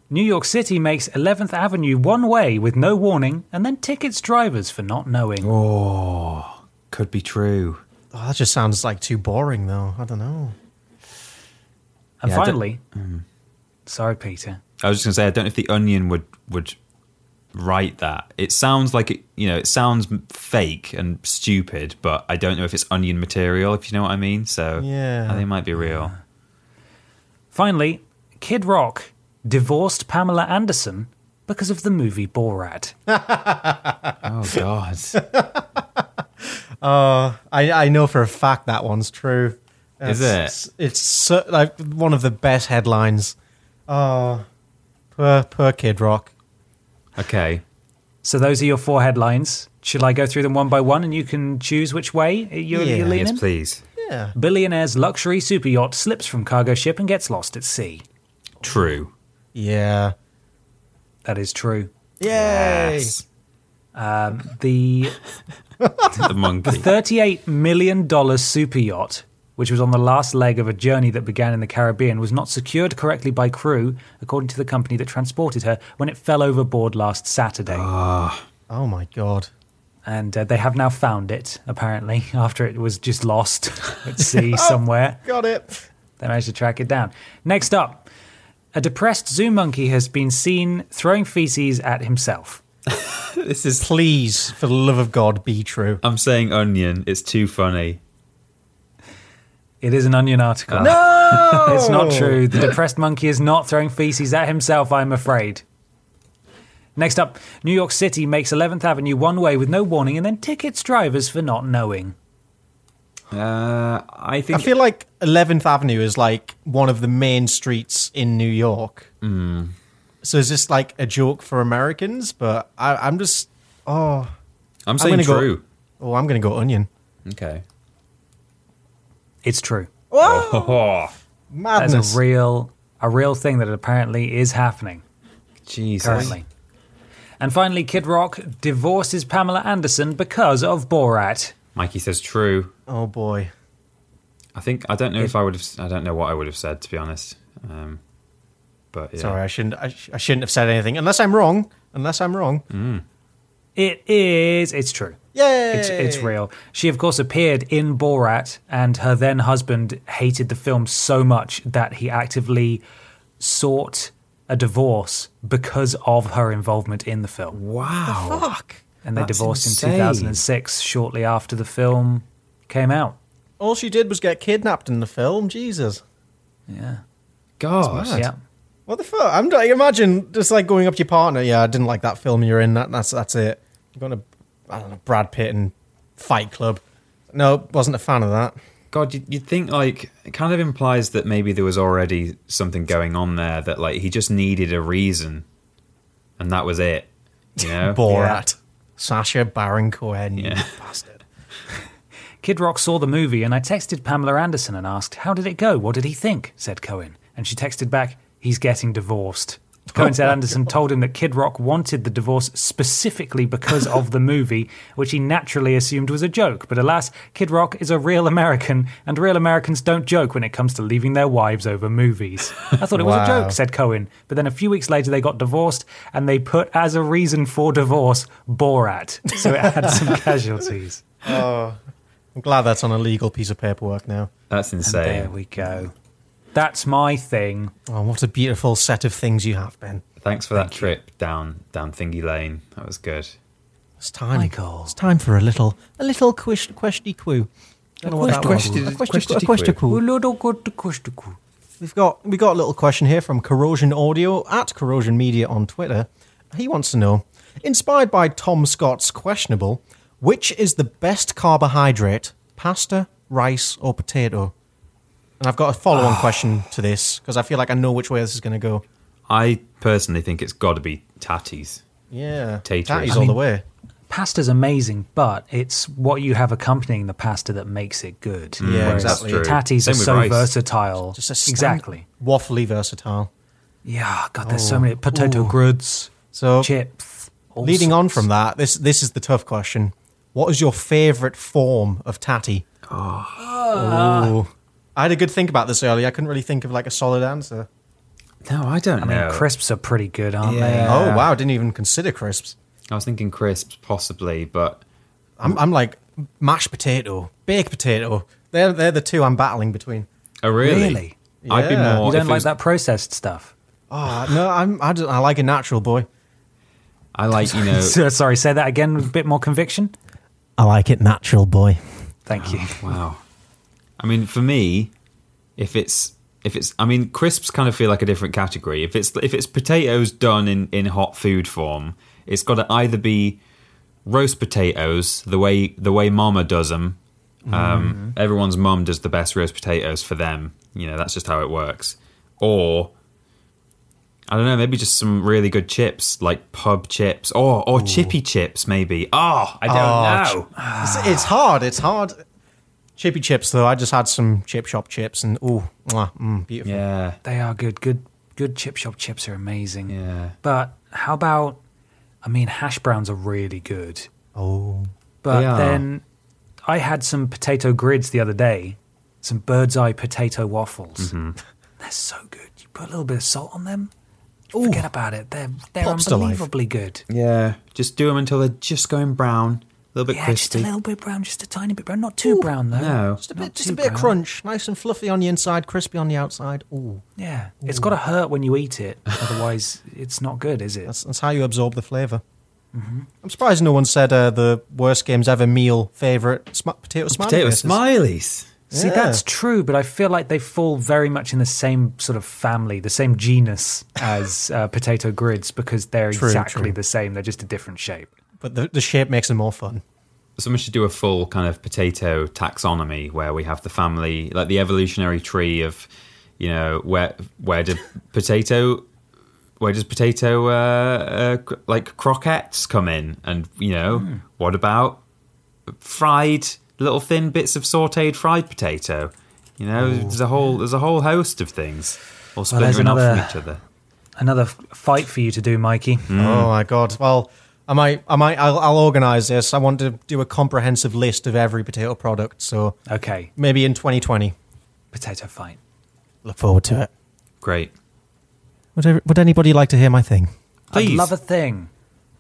New York City makes 11th Avenue one way with no warning and then tickets drivers for not knowing.
Oh, Could be true.
Oh, that just sounds like too boring, though. I don't know.
and
yeah, I don't- mm.
finally, sorry, Peter.
I was just gonna say I don't know if the onion would would write that. It sounds like it. You know, it sounds m- fake and stupid, but I don't know if it's onion material. If you know what I mean. So
Yeah.
I think it might be real.
Finally, Kid Rock divorced Pamela Anderson because of the movie Borat.
Oh
[laughs]
God.
I, I know for a fact that one's true.
Is
It's, it's so, like one of the best headlines. Oh, per per Kid Rock.
okay.
So those are your four headlines. Shall I go through them one by one and you can choose which way you're,
Yeah.
you're leaning?
Yes, please.
Yeah.
Billionaire's luxury super yacht slips from cargo ship and gets lost at sea.
True.
Yeah.
That is true.
Yay.
Yes.
The
the
[laughs]
monkey.
$38 million super yacht, which was on the last leg of a journey that began in the Caribbean, was not secured correctly by crew, according to the company that transported her, when it fell overboard last Saturday.
Oh my god.
And uh, they have now found it, apparently, [laughs] after it was just lost [laughs] at sea somewhere.
Got it.
They managed to track it down. Next up, a depressed zoo monkey has been seen throwing feces at himself.
this is.
Please, for the love of God, be true.
I'm saying onion. It's too funny.
It is an onion article. No! [laughs] it's not true. The depressed monkey is not throwing feces at himself, I'm afraid. Next up, New York City makes 11th Avenue one way with no warning and then tickets drivers for not knowing.
Uh, I think.
I feel like 11th Avenue is like one of the main streets in New York. Mm. So is this like a joke for Americans? But I, I'm just, oh,
I'm saying
gonna go-
true.
oh, I'm going to go onion.
Okay.
It's true.
Oh,
Madness.
That's a real a real thing that apparently is happening
Jesus.
currently. And finally, Kid Rock divorces Pamela Anderson because of Borat.
Mikey says true.
oh boy.
I think I don't know if I would have. I don't know what I would have said to be honest. Um, but yeah.
Sorry, I shouldn't. I, sh- I shouldn't have said anything unless I'm wrong. Unless I'm wrong.
It is it's true.
Yay!
It's, it's real. She, of course, appeared in Borat, and her then husband hated the film so much that he actively sought a divorce because of her involvement in the film.
Wow.
Fuck.
And they
That's
divorced
insane.
in 2006, shortly after the film came out.
All she did was get kidnapped in the film. Jesus.
Yeah.
Gosh.
That's mad.
Yeah.
What the fuck? I'm like, imagine just like going up to your partner. Yeah, I didn't like that film you're in. That, that's that's it. I'm going to, I don't know, Brad Pitt and Fight Club. No, wasn't a fan of that.
God, you'd, you'd think like it kind of implies that maybe there was already something going on there that like he just needed a reason and that was it. You know,
Borat. Sasha Baron Cohen, you
Yeah.
bastard.
Kid Rock saw the movie, and I texted Pamela Anderson and asked, How did it go? What did he think? said Cohen. And she texted back, He's getting divorced. Cohen said Anderson told him that Kid Rock wanted the divorce specifically because of the movie, which he naturally assumed was a joke. But alas, Kid Rock is a real American, and real Americans don't joke when it comes to leaving their wives over movies. I thought it was a
Wow.
joke, said Cohen. But then a few weeks later, they got divorced, and they put as a reason for divorce Borat. So it had some [laughs] casualties.
I'm glad that's on a legal piece of paperwork now.
that's
There
insane.
we go. That's my thing.
Oh, what a beautiful set of things you have, Ben.
Thanks for that trip down down Thingy Lane. That was good.
It's time.
Michael.
It's time for a little, a little quish, questi quoo. Don't know what that was.
questi-
A questi- a
questi
questi
quoo.
quoo. We've got we got a little question here from Corrosion Audio at Corrosion Media on Twitter. He wants to know, inspired by Tom Scott's questionable, which is the best carbohydrate, pasta, rice, or potato? And I've got a
Ah.
follow-on question to this because I feel like I know which way this is going to go.
I personally think it's got to be tatties.
Yeah,
Potatoes.
tatties
I
all the
mean-
way.
Pasta's amazing, but it's what you have accompanying the pasta that makes it good.
Yeah,
Whereas
exactly.
That's true.
Tatties
Mm, Same
are
with
so
rice.
versatile.
Just a stand-
exactly.
waffly versatile.
Yeah, God, there's
Oh.
so many potato gruds,
So
chips. all
leading on
sorts.
from that, this this is the tough question. What is your favourite form of tatty?
Ah.
Oh. I had a good think about this earlier. I couldn't really think of like a solid answer.
No, I don't
I mean,
know.
crisps are pretty good, aren't
Yeah.
they?
Oh wow, I didn't even consider crisps.
I was thinking crisps possibly, but
I'm I'm like mashed potato, baked potato. They're they're the two I'm battling between.
oh really?
Really?
I'd be
Yeah.
more.
You
Oh, if
don't
it
like
was-
that processed stuff?
Oh no, I'm I, don't- I like a natural boy.
I like you
[laughs]
know.
So- Sorry, say that again with a bit more conviction.
I like it natural boy.
Oh.
Thank you.
Wow. I mean, for me, if it's if it's, I mean, crisps kind of feel like a different category. If it's if it's potatoes done in in hot food form, it's got to either be roast potatoes the way the way Mama does them. Um, Everyone's mum does the best roast potatoes for them. You know, that's just how it works. Or I don't know, maybe just some really good chips, like pub chips, or or chippy chips, maybe. Oh, I don't know.
It's, it's hard. It's hard. Chippy chips though. I just had some chip shop chips and oh, mm, beautiful.
Yeah,
They are good. Good good chip shop chips are amazing.
Yeah.
But how about I mean hash browns are really good.
Oh.
But
They are.
then I had some potato grids the other day, some bird's eye potato waffles.
Mm-hmm.
[laughs] They're so good. You put a little bit of salt on them. Forget about it. They're they're
Pops to life.
unbelievably good.
Yeah, just do them until they're just going brown, a little bit
Yeah, just a
crispy.
little bit brown, just a tiny bit brown. Not too brown though.
No.
Just a
Not
bit, just
too
a bit of
brown.
crunch, nice and fluffy on the inside, crispy on the outside. Ooh,
Yeah, it's got to hurt when you eat
[laughs]
it. Otherwise, it's not good, is it?
that's, that's how you absorb the flavor. I'm surprised no one said uh, the worst games ever meal favorite sm- potato smiley.
Potato
faces.
smileys.
See,
Yeah.
that's true, but I feel like they fall very much in the same sort of family, the same
[laughs]
genus as uh, potato grids because they're
True,
exactly
true.
the same. They're just a different shape.
but the, the shape makes them more fun.
Someone should do a full kind of potato taxonomy where we have the family, like the evolutionary tree of, you know, where where did [laughs] potato, where does potato uh, uh, cr- like croquettes come in, and you know,
Hmm.
what about fried little thin bits of sautéed fried potato? You know, there's a whole there's a whole host of things, all
Oh, there's
splintering off
another-
from each other.
Another f- fight for you to do, Mikey.
Oh my god! Well, I might, I might, I'll, I'll organize this. I want to do a comprehensive list of every potato product. So
Okay,
maybe in 2020,
potato fight.
look forward to it.
Great.
Would, every- would anybody like to hear my thing?
Please.
I'd love a thing.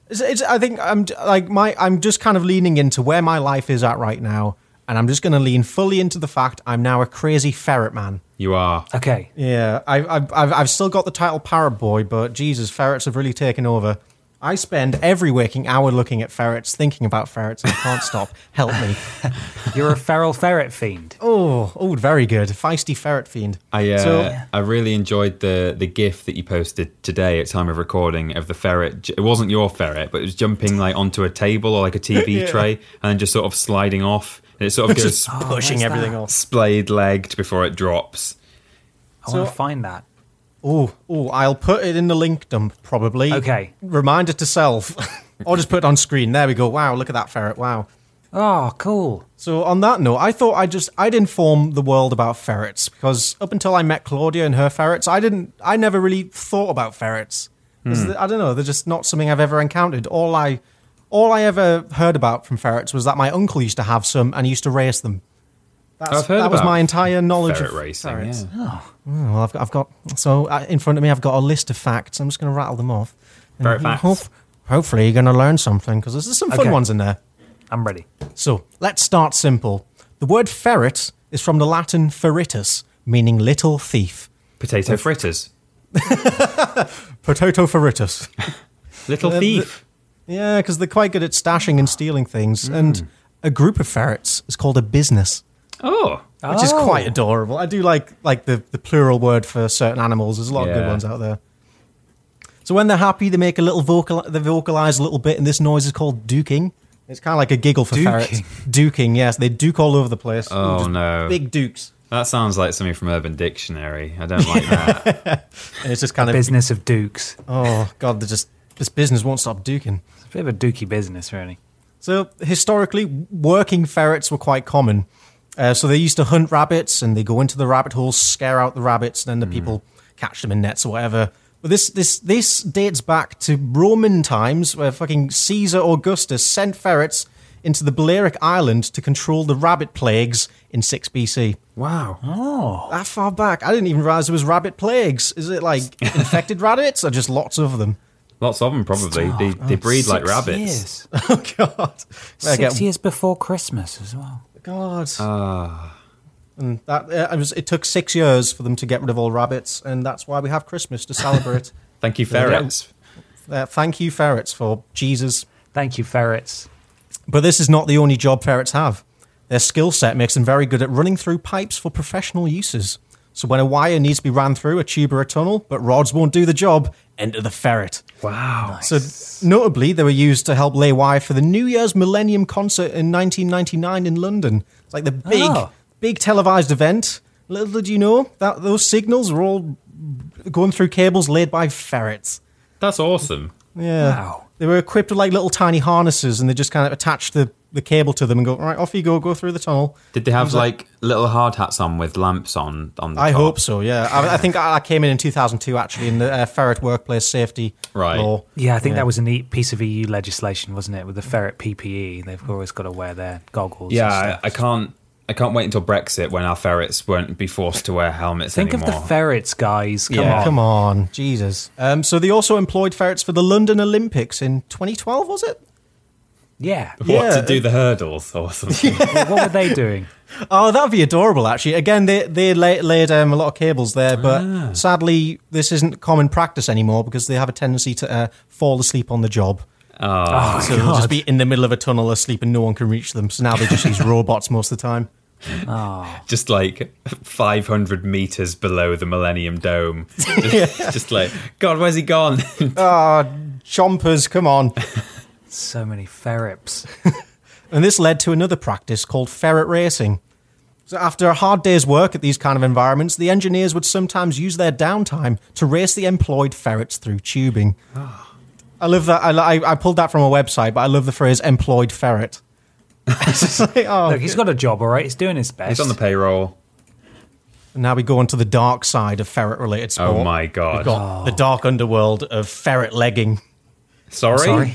It's, it's, I think I'm j- like my I'm just kind of leaning into where my life is at right now, and I'm just going to lean fully into the fact I'm now a crazy ferret man.
You are.
Okay,
Yeah, I, I, I've I've still got the title parrot boy, but Jesus, ferrets have really taken over. I spend every waking hour looking at ferrets, thinking about ferrets, and I can't [laughs] stop. Help me!
you're a feral ferret
[laughs]
fiend.
Oh, oh, very good, feisty ferret fiend.
I uh,
So-
I really enjoyed the the GIF that you posted today at time of recording of the ferret. j- It wasn't your ferret, but it was jumping like onto a table or like
[laughs]
a TV tray, and then just sort of sliding off. And it sort of goes
just Oh,
sp-
pushing
where's
everything
that?
off.
splayed legged before it drops.
I
So-
want to find that.
Oh, oh, I'll put it in the link dump probably.
Okay.
Reminder to self. [laughs] or just put it on screen. There we go. Wow, look at that ferret. Wow.
Oh, cool.
So on that note, I thought I just I'd inform the world about ferrets because up until I met Claudia and her ferrets, I didn't I never really thought about ferrets.
Hmm.
'Cause they- I don't know, they're just not something I've ever encountered. All I all I ever heard about from ferrets was that my uncle used to have some and he used to race them. That's,
I've heard
that was
about
my entire knowledge
ferret
of
racing,
ferrets.
yeah.
Oh, well, I've got, I've got so uh, in front of me, I've got a list of facts. I'm just going to rattle them off. And
Very facts.
hopefully, you're going to learn something because there's some fun
Okay.
ones in there.
I'm ready.
So let's start simple. The word ferret is from the Latin ferritus, meaning little thief.
[gasps] Potato fritters.
Potato
[laughs]
ferritus.
Little
the-
thief.
yeah, because they're quite good at stashing and stealing things.
Mm.
And a group of ferrets is called a business,
oh.
which is quite adorable. I do like like the, the plural word for certain animals. There's a lot of good
Yeah.
ones out there. So when they're happy, they make a little vocal. They vocalize a little bit, and this noise is called duking. It's kind of like a giggle for ferrets. Duking, yes, they duke all over the place. Ooh,
Oh,
just
no.
big dukes.
That sounds like something from Urban Dictionary. I don't like
[laughs]
that.
And it's just kind of
Business of Dukes.
Oh God, they just this business won't stop duking.
It's a bit of a dookie business, really.
So historically, working ferrets were quite common. Uh, so they used to hunt rabbits, and they go into the rabbit holes, scare out the rabbits, and then the people catch them in nets or whatever. But this this this dates back to Roman times, where fucking Caesar Augustus sent ferrets into the Balearic Island to control the rabbit plagues in 6 BC.
wow.
That far back, I didn't even realize there was rabbit plagues. Is it like infected rabbits or just lots of them? [laughs]
Lots of them, probably. They, they breed like rabbits.
Oh God! I get
years before Christmas as well.
God.
Ah.
And that uh, it, was, it took six years for them to get rid of all rabbits, and that's why we have Christmas to celebrate.
[laughs] Thank you, ferrets.
uh, thank you, ferrets, for Jesus.
Thank you, ferrets.
But this is not the only job ferrets have. Their skill set makes them very good at running through pipes for professional uses. So when a wire needs to be ran through a tube or a tunnel, but rods won't do the job, enter the ferret.
Wow.
So notably, they were used to help lay wire for the New Year's Millennium Concert in 1999 in London. It's like the big,
Oh.
big televised event. Little did you know that those signals were all going through cables laid by ferrets.
That's awesome.
Yeah.
Wow.
They were equipped with like little tiny harnesses, and they just kind of attached the, the cable to them and go, all right, off you go, go through the tunnel.
Did they have like little hard hats on with lamps on? on the
I
top?
hope so. Yeah, I, I think I I came in in 2002 actually in the uh, ferret workplace safety
Right.
law.
Yeah, I think that was a neat piece of EU legislation, wasn't it? With the ferret PPE, they've always got to wear their goggles. and
Yeah,
stuff.
I, I can't. I can't wait until Brexit when our ferrets won't be forced to wear helmets
Think
anymore.
of the ferrets, guys. Come
Yeah.
on.
Come on, Jesus. Um, so they also employed ferrets for the London Olympics in 2012, was it?
Yeah.
what
Yeah.
to do the hurdles or something?
Well, what were they doing?
Oh, that'd be adorable, actually. Again, they they lay, laid um, a lot of cables there, but sadly, this isn't common practice anymore because they have a tendency to uh, fall asleep on the job.
Oh,
So they'll just be in the middle of a tunnel asleep and no one can reach them. So now they just use robots most of the time.
just like 500 meters below the Millennium Dome. Just, just like, God, where's he gone?
Chompers, come on.
so many ferrets.
And this led to another practice called ferret racing. So, after a hard day's work at these kind of environments, the engineers would sometimes use their downtime to race the employed ferrets through tubing.
Ah.
I love that. I, I, I pulled that from a website, but I love the phrase employed ferret. [laughs] It's just like, oh.
Look, he's got a job, all right? He's doing his best.
He's on the payroll.
And now we go on to the dark side of ferret related sport.
Oh my God.
We've got the dark underworld of ferret legging.
Sorry?
Sorry.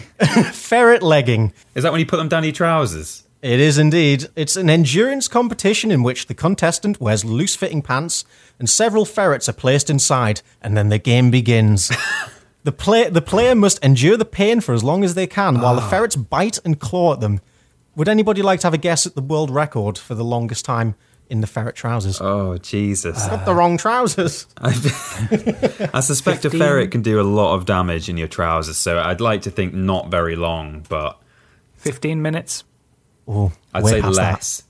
Ferret legging.
Is that when you put them down your trousers?
It is indeed. It's an endurance competition in which the contestant wears loose fitting pants and several ferrets are placed inside, and then the game
[laughs]
begins. the, play- the player must endure the pain for as long as they can while
Ah.
the ferrets bite and claw at them. Would anybody like to have a guess at the world record for the longest time in the ferret trousers?
Oh, Jesus.
Not the wrong trousers.
I suspect a ferret can do a lot of damage in your trousers, so I'd like to think not very long, but
15 minutes?
Oh,
I'd
way
say
past that.
less.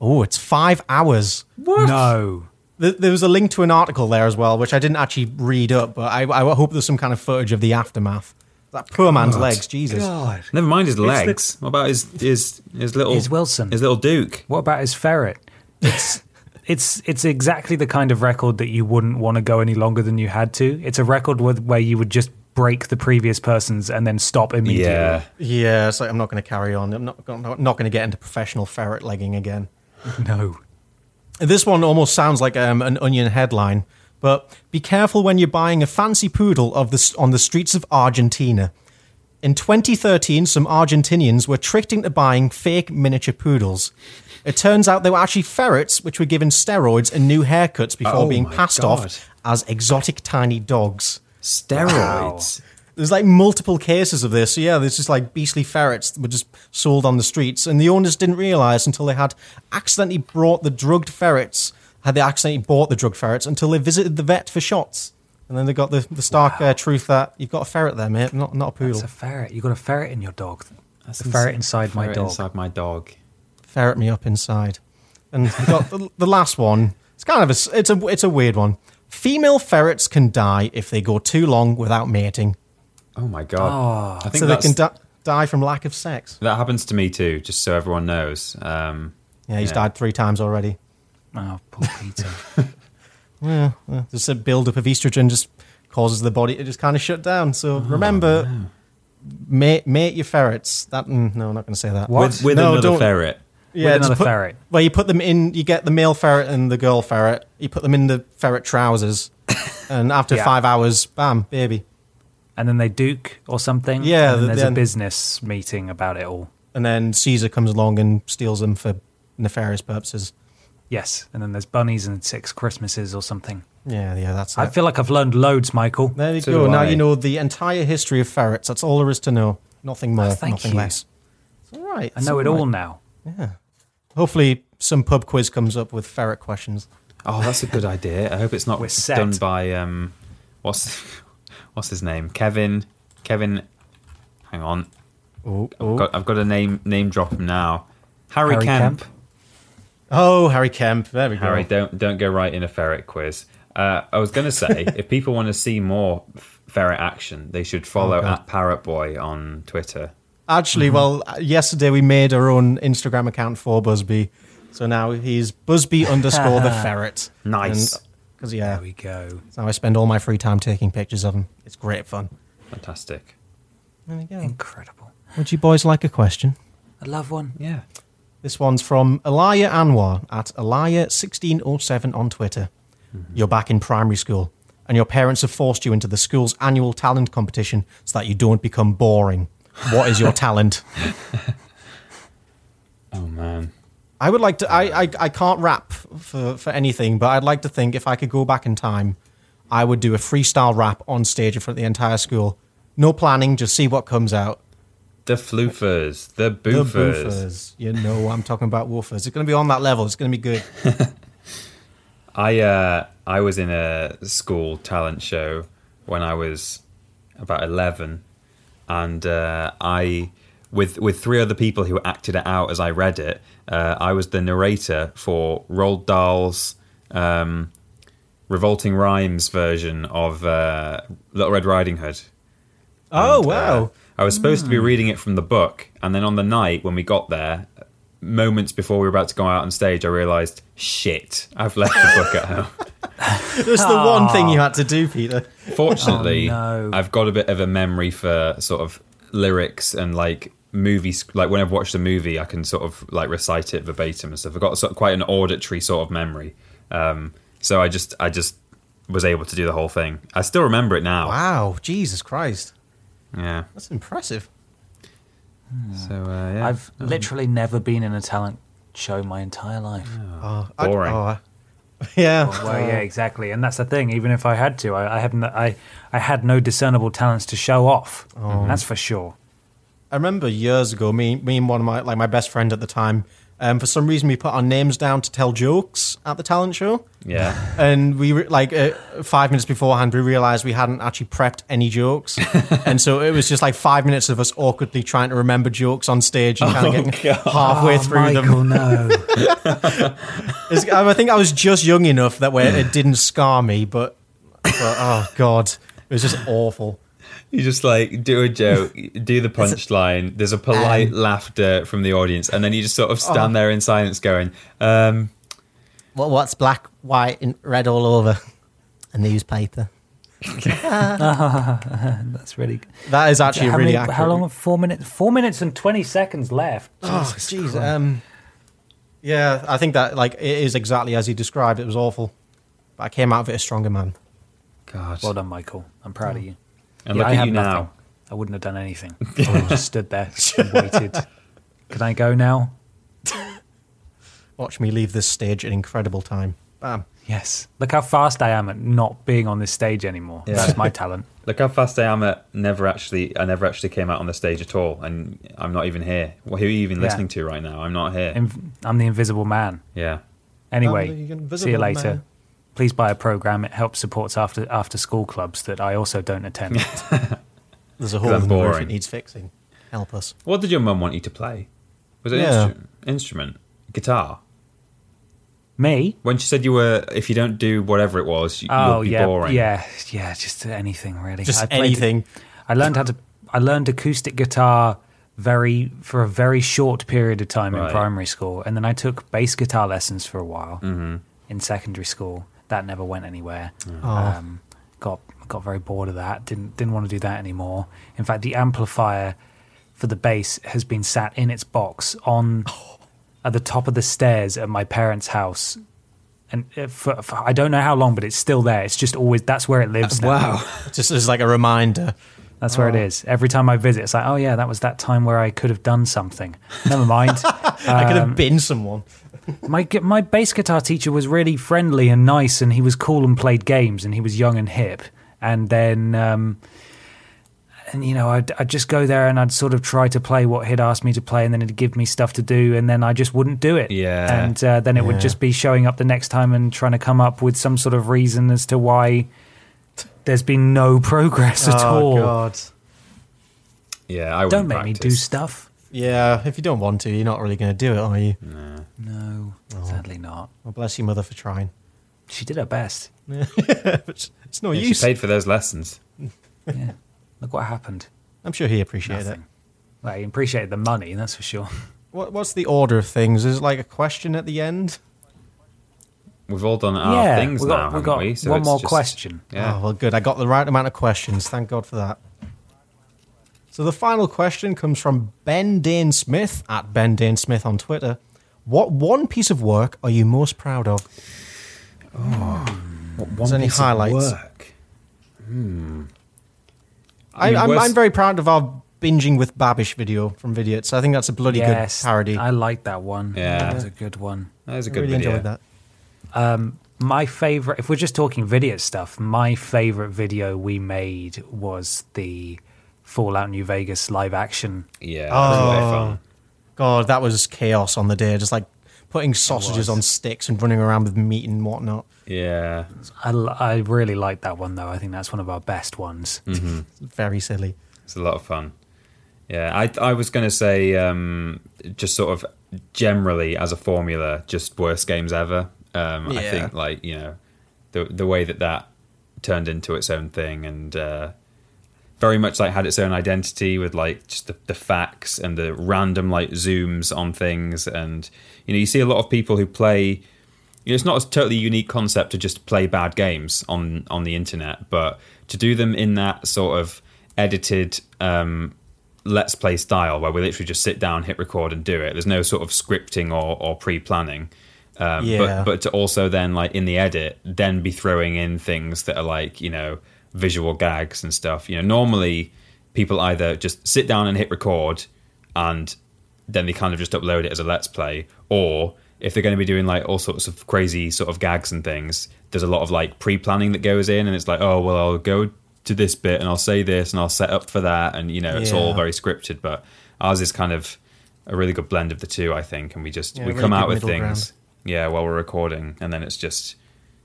Oh, it's five hours.
What? No.
Th- There was a link to an article there as well, which I didn't actually read up, but I, I hope there's some kind of footage of the aftermath. That poor man's legs, Jesus.
God.
Never mind his legs. what about his his his little
His Wilson.
His little Duke.
What about his ferret? it's [laughs] it's exactly the kind of record that you wouldn't want to go any longer than you had to. It's a record with, where you would just break the previous person's and then stop immediately.
Yeah.
Yeah, it's like I'm not going to carry on. I'm not not, not going to get into professional ferret legging again.
[laughs] No.
This one almost sounds like um, an onion headline, but be careful when you're buying a fancy poodle of this on the streets of Argentina. In 2013, some Argentinians were tricked into buying fake miniature poodles. It turns out they were actually ferrets, which were given steroids and new haircuts before
Oh
being
my
passed
God.
off as exotic tiny dogs.
Steroids.
There's like multiple cases of this. So yeah, there's just like beastly ferrets that were just sold on the streets, and the owners didn't realize until they had accidentally brought the drugged ferrets. Had they accidentally bought the drugged ferrets until they visited the vet for shots, and then they got the, the stark uh, truth that you've got a ferret there, mate, not not a poodle.
It's a ferret. You got a ferret in your dog. That's a ferret inside my
Ferret
dog.
Inside my dog.
ferret me up inside. And we've got the, [laughs] the last one. It's kind of a s- it's a it's a weird one. Female ferrets can die if they go too long without mating,
Oh my
Ah.
god. I think
so they can
that's-
di- die from lack of sex.
that happens to me too. Just so everyone knows. Um,
Yeah, he's died three times already.
Oh, poor Peter. [laughs]
Just a buildup of estrogen just causes the body to just kind of shut down.
Oh,
So remember, mate, mate your ferrets. That mm, no, I'm not going to say that.
What?
With, with
No,
another
don't-
ferret.
Yeah,
With
just
another
put-
ferret.
Well, you put them in. You get the male ferret and the girl ferret. You put them in the
[coughs]
ferret trousers, and after
Yeah.
five hours, bam, baby.
And then they duke or something. And
Yeah,
then
the-
there's a
then-
business meeting about it all.
And then Caesar comes along and steals them for nefarious purposes.
Yes. And then there's bunnies and six Christmases or something.
Yeah, yeah, that's it.
I feel like I've learned loads, Michael.
there you
So
go.
do
Now
I.
you know the entire history of ferrets. That's all there is to know. Nothing more.
thank
nothing
you.
less. It's all right.
I know it
all.
all now.
Hopefully, some pub quiz comes up with ferret questions.
Oh, that's a good idea. I hope it's
[laughs]
not
We're set.
done by um, what's [laughs] what's his name? Kevin. Kevin. Hang on.
Oh,
I've
oh.
got, I've got a name name drop him now. Harry,
Harry
Kemp.
Kemp.
oh, Harry Kemp. There we go.
Harry, don't don't go right in a ferret quiz. Uh, I was going
[laughs]
to say, if people want to see more f- ferret action, they should follow at Parrot Boy on Twitter.
Actually,
Mm-hmm.
well, uh, yesterday we made our own Instagram account for Busby, so now he's
[laughs]
Busby underscore the ferret.
Nice.
Because yeah,
There we go.
now I spend all my free time taking pictures of him. It's great fun.
Fantastic.
There we
Mm.
go.
Incredible.
Would you boys like a question?
I love one.
Yeah.
This one's from Elia Anwar at Elia1607 on Twitter. You're back in primary school, and your parents have forced you into the school's annual talent competition so that you don't become boring. What is your talent?
Oh man.
I would like to. I, I, I can't rap for, for anything, but I'd like to think if I could go back in time, I would do a freestyle rap on stage in front of the entire school. No planning, just see what comes out.
The floofers. The
The
boofers.
boofers. You know what I'm talking about, woofers. It's going to be on that level. It's going to be good.
I uh, I was in a school talent show when I was about eleven, and uh, I with with three other people who acted it out as I read it. Uh, I was the narrator for Roald Dahl's um, Revolting Rhymes version of uh, Little Red Riding Hood.
Oh,
And, uh,
wow. Hmm.
I was supposed to be reading it from the book, and then on the night when we got there, moments before we were about to go out on stage, I realised, shit, I've left the book at home.
That's the one thing you had to do, Peter.
Fortunately,
Oh, no.
I've got a bit of a memory for sort of lyrics and like movies. Like when I've watched a movie, I can sort of like recite it verbatim and stuff. I've got sort of quite an auditory sort of memory. Um, so I just, I just was able to do the whole thing. I still remember it now.
Wow, Jesus Christ.
Yeah.
That's impressive.
So uh, yeah,
I've literally never been in a talent show my entire life.
Oh,
Boring.
I- oh, I- [laughs] yeah.
Well, yeah, exactly, and that's the thing. Even if I had to, I, I have no, I, I had no discernible talents to show off.
Oh.
That's for sure.
I remember years ago, me, me and one of my like my best friend at the time. Um, for some reason, we put our names down to tell jokes at the talent show,
yeah.
and we re- like uh, five minutes beforehand, we realized we hadn't actually prepped any [laughs] jokes, and so it was just like five minutes of us awkwardly trying to remember jokes on stage [laughs] and kind of getting halfway through them.
Oh, Michael,
[laughs]
no.
It's- I think I was just young enough that where it didn't scar me, but, but oh god, it was just awful.
You just like do a joke,
[laughs]
do the punchline. There's a
oh.
polite laughter from the audience, and then you just sort of stand there in silence, going, um,
What, what's black, white, and red all over? A newspaper.
That's really good.
That is actually
how,
really
many-
accurate.
how long? Four minutes. Four minutes and twenty seconds left.
Oh, jeez. Um, yeah, I think that like it is exactly as he described. It was awful. But I came out of it a stronger man.
God.
Well done, Michael. I'm proud of you.
And
Yeah,
look
I
at
had
you
nothing.
now.
I wouldn't have done
[laughs]
anything. I would have just stood there and waited. Can I go now?
Watch me leave this stage in incredible time. Bam.
Yes. Look how fast I am at not being on this stage anymore.
Yeah.
That's my talent.
Look how fast I am at never actually. I never actually came out on the stage at all, and I'm not even here. Well, who are you even
Yeah.
listening to right now? I'm not here.
Inv- I'm the invisible man.
yeah.
I'm the
Anyway,
Oh, invisible
see you later.
man.
Please buy a program. It helps supports after after school clubs that I also don't attend.
[laughs]
There's a hole
That's
in the roof. It
boring.
needs fixing. Help us. [laughs]
What did your mum want you to play? Was it
Yeah.
an instru- instrument? Guitar?
Me?
When she said you were, if you don't do whatever it was, you,
Oh
you'll be
yeah,
boring.
yeah, yeah. Just anything really.
Just
played-
anything.
I learned how to. I learned acoustic guitar very for a very short period of time in
Right.
primary school, and then I took bass guitar lessons for a while in secondary school. That never went anywhere. Um, got got very bored of that. Didn't didn't want to do that anymore. In fact, the amplifier for the bass has been sat in its box on at the top of the stairs at my parents' house. And uh, for, for, I don't know how long, but it's still there. It's just always that's where it lives. now.
Just as like a reminder.
That's
Oh.
where it is. Every time I visit, it's like, oh yeah, that was that time where I could have done something. Never mind.
[laughs]
I could
Um,
have been someone.
my gu- my bass guitar teacher was really friendly and nice, and he was cool and played games, and he was young and hip. And then, um, and you know, I'd, I'd just go there and I'd sort of try to play what he'd asked me to play, and then he'd give me stuff to do, and then I just wouldn't do it.
Yeah.
And uh, then it would just be showing up the next time and trying to come up with some sort of reason as to why there's been no progress at
Oh,
all.
Oh, God.
yeah. I
Don't
wouldn't
make me do
practice.
stuff.
Yeah, if you don't want to, you're not really going to do it, are you?
Mm.
No,
Oh.
sadly not.
Well, bless you, mother, for trying. [laughs]
She did her best.
But it's no
Yeah,
use.
She paid for those lessons.
Yeah. Look what happened.
I'm sure he appreciated it.
Nothing. Well, he appreciated the money, that's for sure.
What, what's the order of things? Is it like a question at the end?
We've all done [laughs] our
yeah,
things
we got,
now,
we
haven't
got
we? So
one
it's
more
just-
question.
Yeah.
Oh, well, good. I got the right amount of questions. Thank God for that. So the final question comes from Ben Dane Smith at Ben Dane Smith on Twitter. What one piece of work are you most proud of?
One
there any
piece of
highlights?
work. Hmm.
I
mean,
I, am
worst-
I'm very proud of our binging with Babish video from Vidiot. So I think that's a bloody
yes,
good parody.
I like that one.
Yeah.
That was a good one.
That was a
I
good
really
video.
enjoyed that.
My favorite, if we're just talking video stuff, my favorite video we made was the Fallout New Vegas live action.
Yeah. that was
Oh.
really fun.
God, that was chaos on the day. Just like putting sausages
was.
on sticks and running around with meat and whatnot.
Yeah.
I, l- I really like that one, though. I think that's one of our best ones.
Mm.
Very silly.
It's a lot of fun. Yeah, I I was gonna say um, just sort of generally as a formula, just worst games ever. Um, I
Yeah.
think like you know the the way that that turned into its own thing and uh, very much like had its own identity with like just the, the facts and the random like zooms on things and you know you see a lot of people who play you know, it's not a totally unique concept to just play bad games on on the internet, but to do them in that sort of edited um, let's play style where we literally just sit down, hit record, and do it. There's no sort of scripting or, or pre planning. Um,
Yeah.
But but to also then like in the edit, then be throwing in things that are like you know visual gags and stuff. You know, normally people either just sit down and hit record and then they kind of just upload it as a let's play or if they're going to be doing like all sorts of crazy sort of gags and things there's a lot of like pre-planning that goes in and it's like oh well i'll go to this bit and i'll say this and i'll set up for that and you know it's all
Yeah.
very scripted but ours is kind of a really good blend of the two i think and we just
Yeah,
we
really
come
good
out with
middle
things yeah while we're recording and then it's just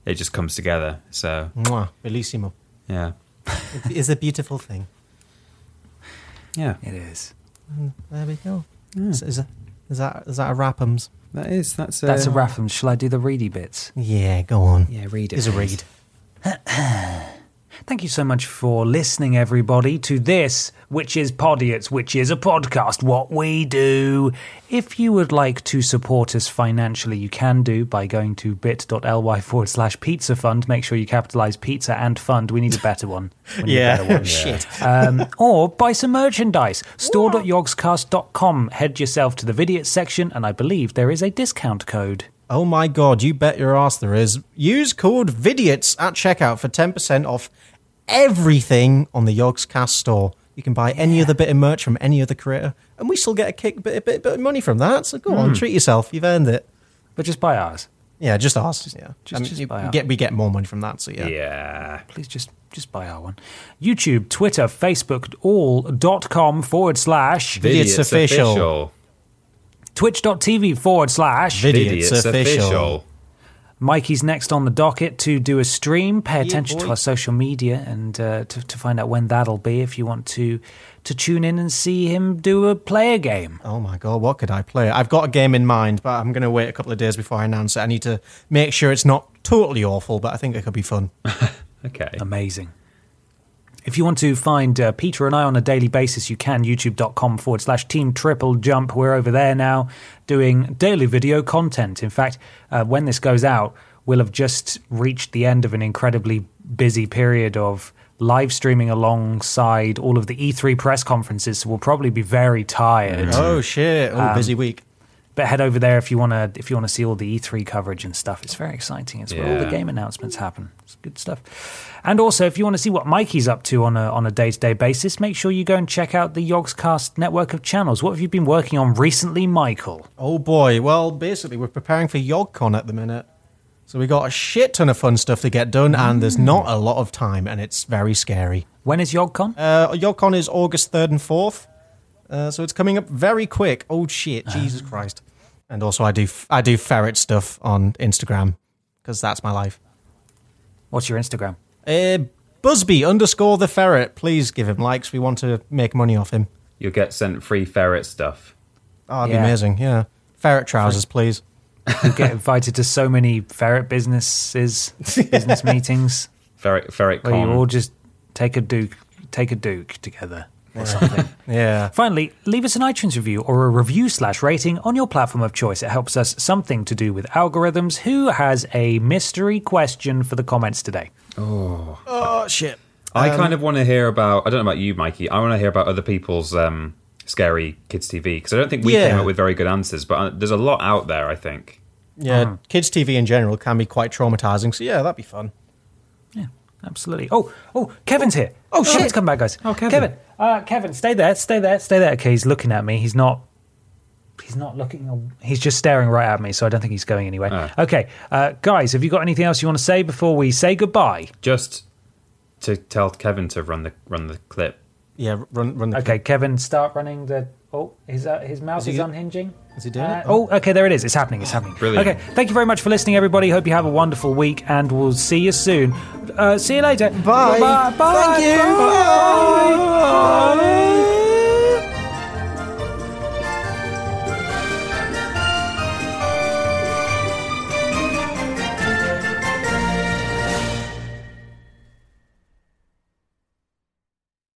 it just comes together so
Mwah, bellissimo.
yeah
it's a beautiful thing.
yeah
It is.
There we go. Is, is, that- is that is that a rapums?
that is that's uh, a,
That's a wrap. Shall I do the reedy bits?
Yeah, go on.
yeah read it
It's a read.
Thank you so much for listening, everybody, to this, which is Podiots, which is a podcast, what we do. If you would like to support us financially, you can do by going to bit.ly forward slash pizza fund. Make sure you capitalize pizza and fund. We need a better one. We need a better
[laughs]
one.
Shit.
Um, or buy some merchandise. Store.yogscast.com. Head yourself to the video section, and I believe there is a discount code.
Oh my god, you bet your ass there is. Use code VIDIOTS at checkout for 10% off everything on the Yogscast store. You can buy any other bit of merch from any other creator, and we still get a kick bit, bit, bit of money from that. So go
Hmm.
on, treat yourself. You've earned it.
But just buy ours.
Yeah, just ask. yeah,
just- just
you-
buy
you
out.
get we get more money from that. So yeah,
Yeah.
Please just just buy our one. YouTube, Twitter, Facebook, all dot com forward slash
Idiots official.
twitch.tv forward slash
Vid-
Idiots
Idiots official.
official.
Mikey's next on the docket to do a stream. Pay attention
boy.
to our social media and uh, to, to find out when that'll be if you want to to tune in and see him do a player game.
Oh my god, what could I play? I've got a game in mind, but I'm going to wait a couple of days before I announce it. I need to make sure it's not totally awful, but I think it could
[laughs]
be fun.
Okay.
Um,
Amazing. If you want to find uh, Peter and I on a daily basis, you can youtube.com forward slash team triple jump. We're over there now doing daily video content. In fact, uh, when this goes out, we'll have just reached the end of an incredibly busy period of live streaming alongside all of the E3 press conferences. So we'll probably be very tired.
oh shit!
Um,
Oh, busy week.
But head over there if you want to if you want to see all the E3 coverage and stuff. It's very exciting. It's where all the
Yeah.
game announcements happen. It's good stuff. And also, if you want to see what Mikey's up to on a on a day to day basis, make sure you go and check out the Yogscast network of channels. What have you been working on recently, Michael?
Oh boy. Well, basically, we're preparing for YogCon at the minute, so we got a shit ton of fun stuff to get done, and there's not a lot of time, and it's very scary.
When is YogCon?
Uh, YogCon is August third and fourth, uh, so it's coming up very quick. Oh
[laughs]
shit! Jesus Christ! And also, I do f- I do ferret stuff on Instagram because that's my life.
What's your Instagram?
Uh, Busby underscore the ferret. Please give him likes. We want to make money off him.
You'll get sent free ferret stuff.
Oh, that'd
Yeah.
be amazing. Yeah. Ferret trousers, please.
You get invited to so many ferret
[laughs]
businesses, business meetings
Ferret ferret
where you
con.
all just take a duke take a duke together or something.
[laughs]
[laughs]
Yeah.
Finally, leave us an iTunes review or a review slash rating on your platform of choice. It helps us something to do with algorithms. Who has a mystery question for the comments today?
Oh, shit.
I kind of want to hear about. I don't know about you, Mikey. I want to hear about other people's um, scary kids TV because I don't think we
Yeah.
came up with very good answers. But uh, there's a lot out there. I think.
Yeah. Kids' TV in general can be quite traumatizing. So, yeah, that'd be fun.
Absolutely. Oh, oh, Kevin's here. Oh,
shit.
Kevin's come back, guys. Oh, Kevin. Kevin, uh, Kevin, stay there, stay there, stay there. Okay, he's looking at me. He's not. He's not looking. He's just staring right at me, so I don't think he's going anywhere. Okay, uh, guys, have you got anything else you want to say before we say goodbye?
Just to tell Kevin to run the run the clip.
Yeah, run, run the.
Okay, Kevin, start running the. Oh, his uh, his mouse
he-
is, unhinging.
is he doing it? Oh,
Oh, okay, there it is. It's happening. It's happening.
Brilliant.
Okay, thank you very much for listening, everybody. Hope you have a wonderful week, and we'll see you soon. Uh, see you later.
Bye.
Bye. Bye.
Thank you.
Bye.
Bye.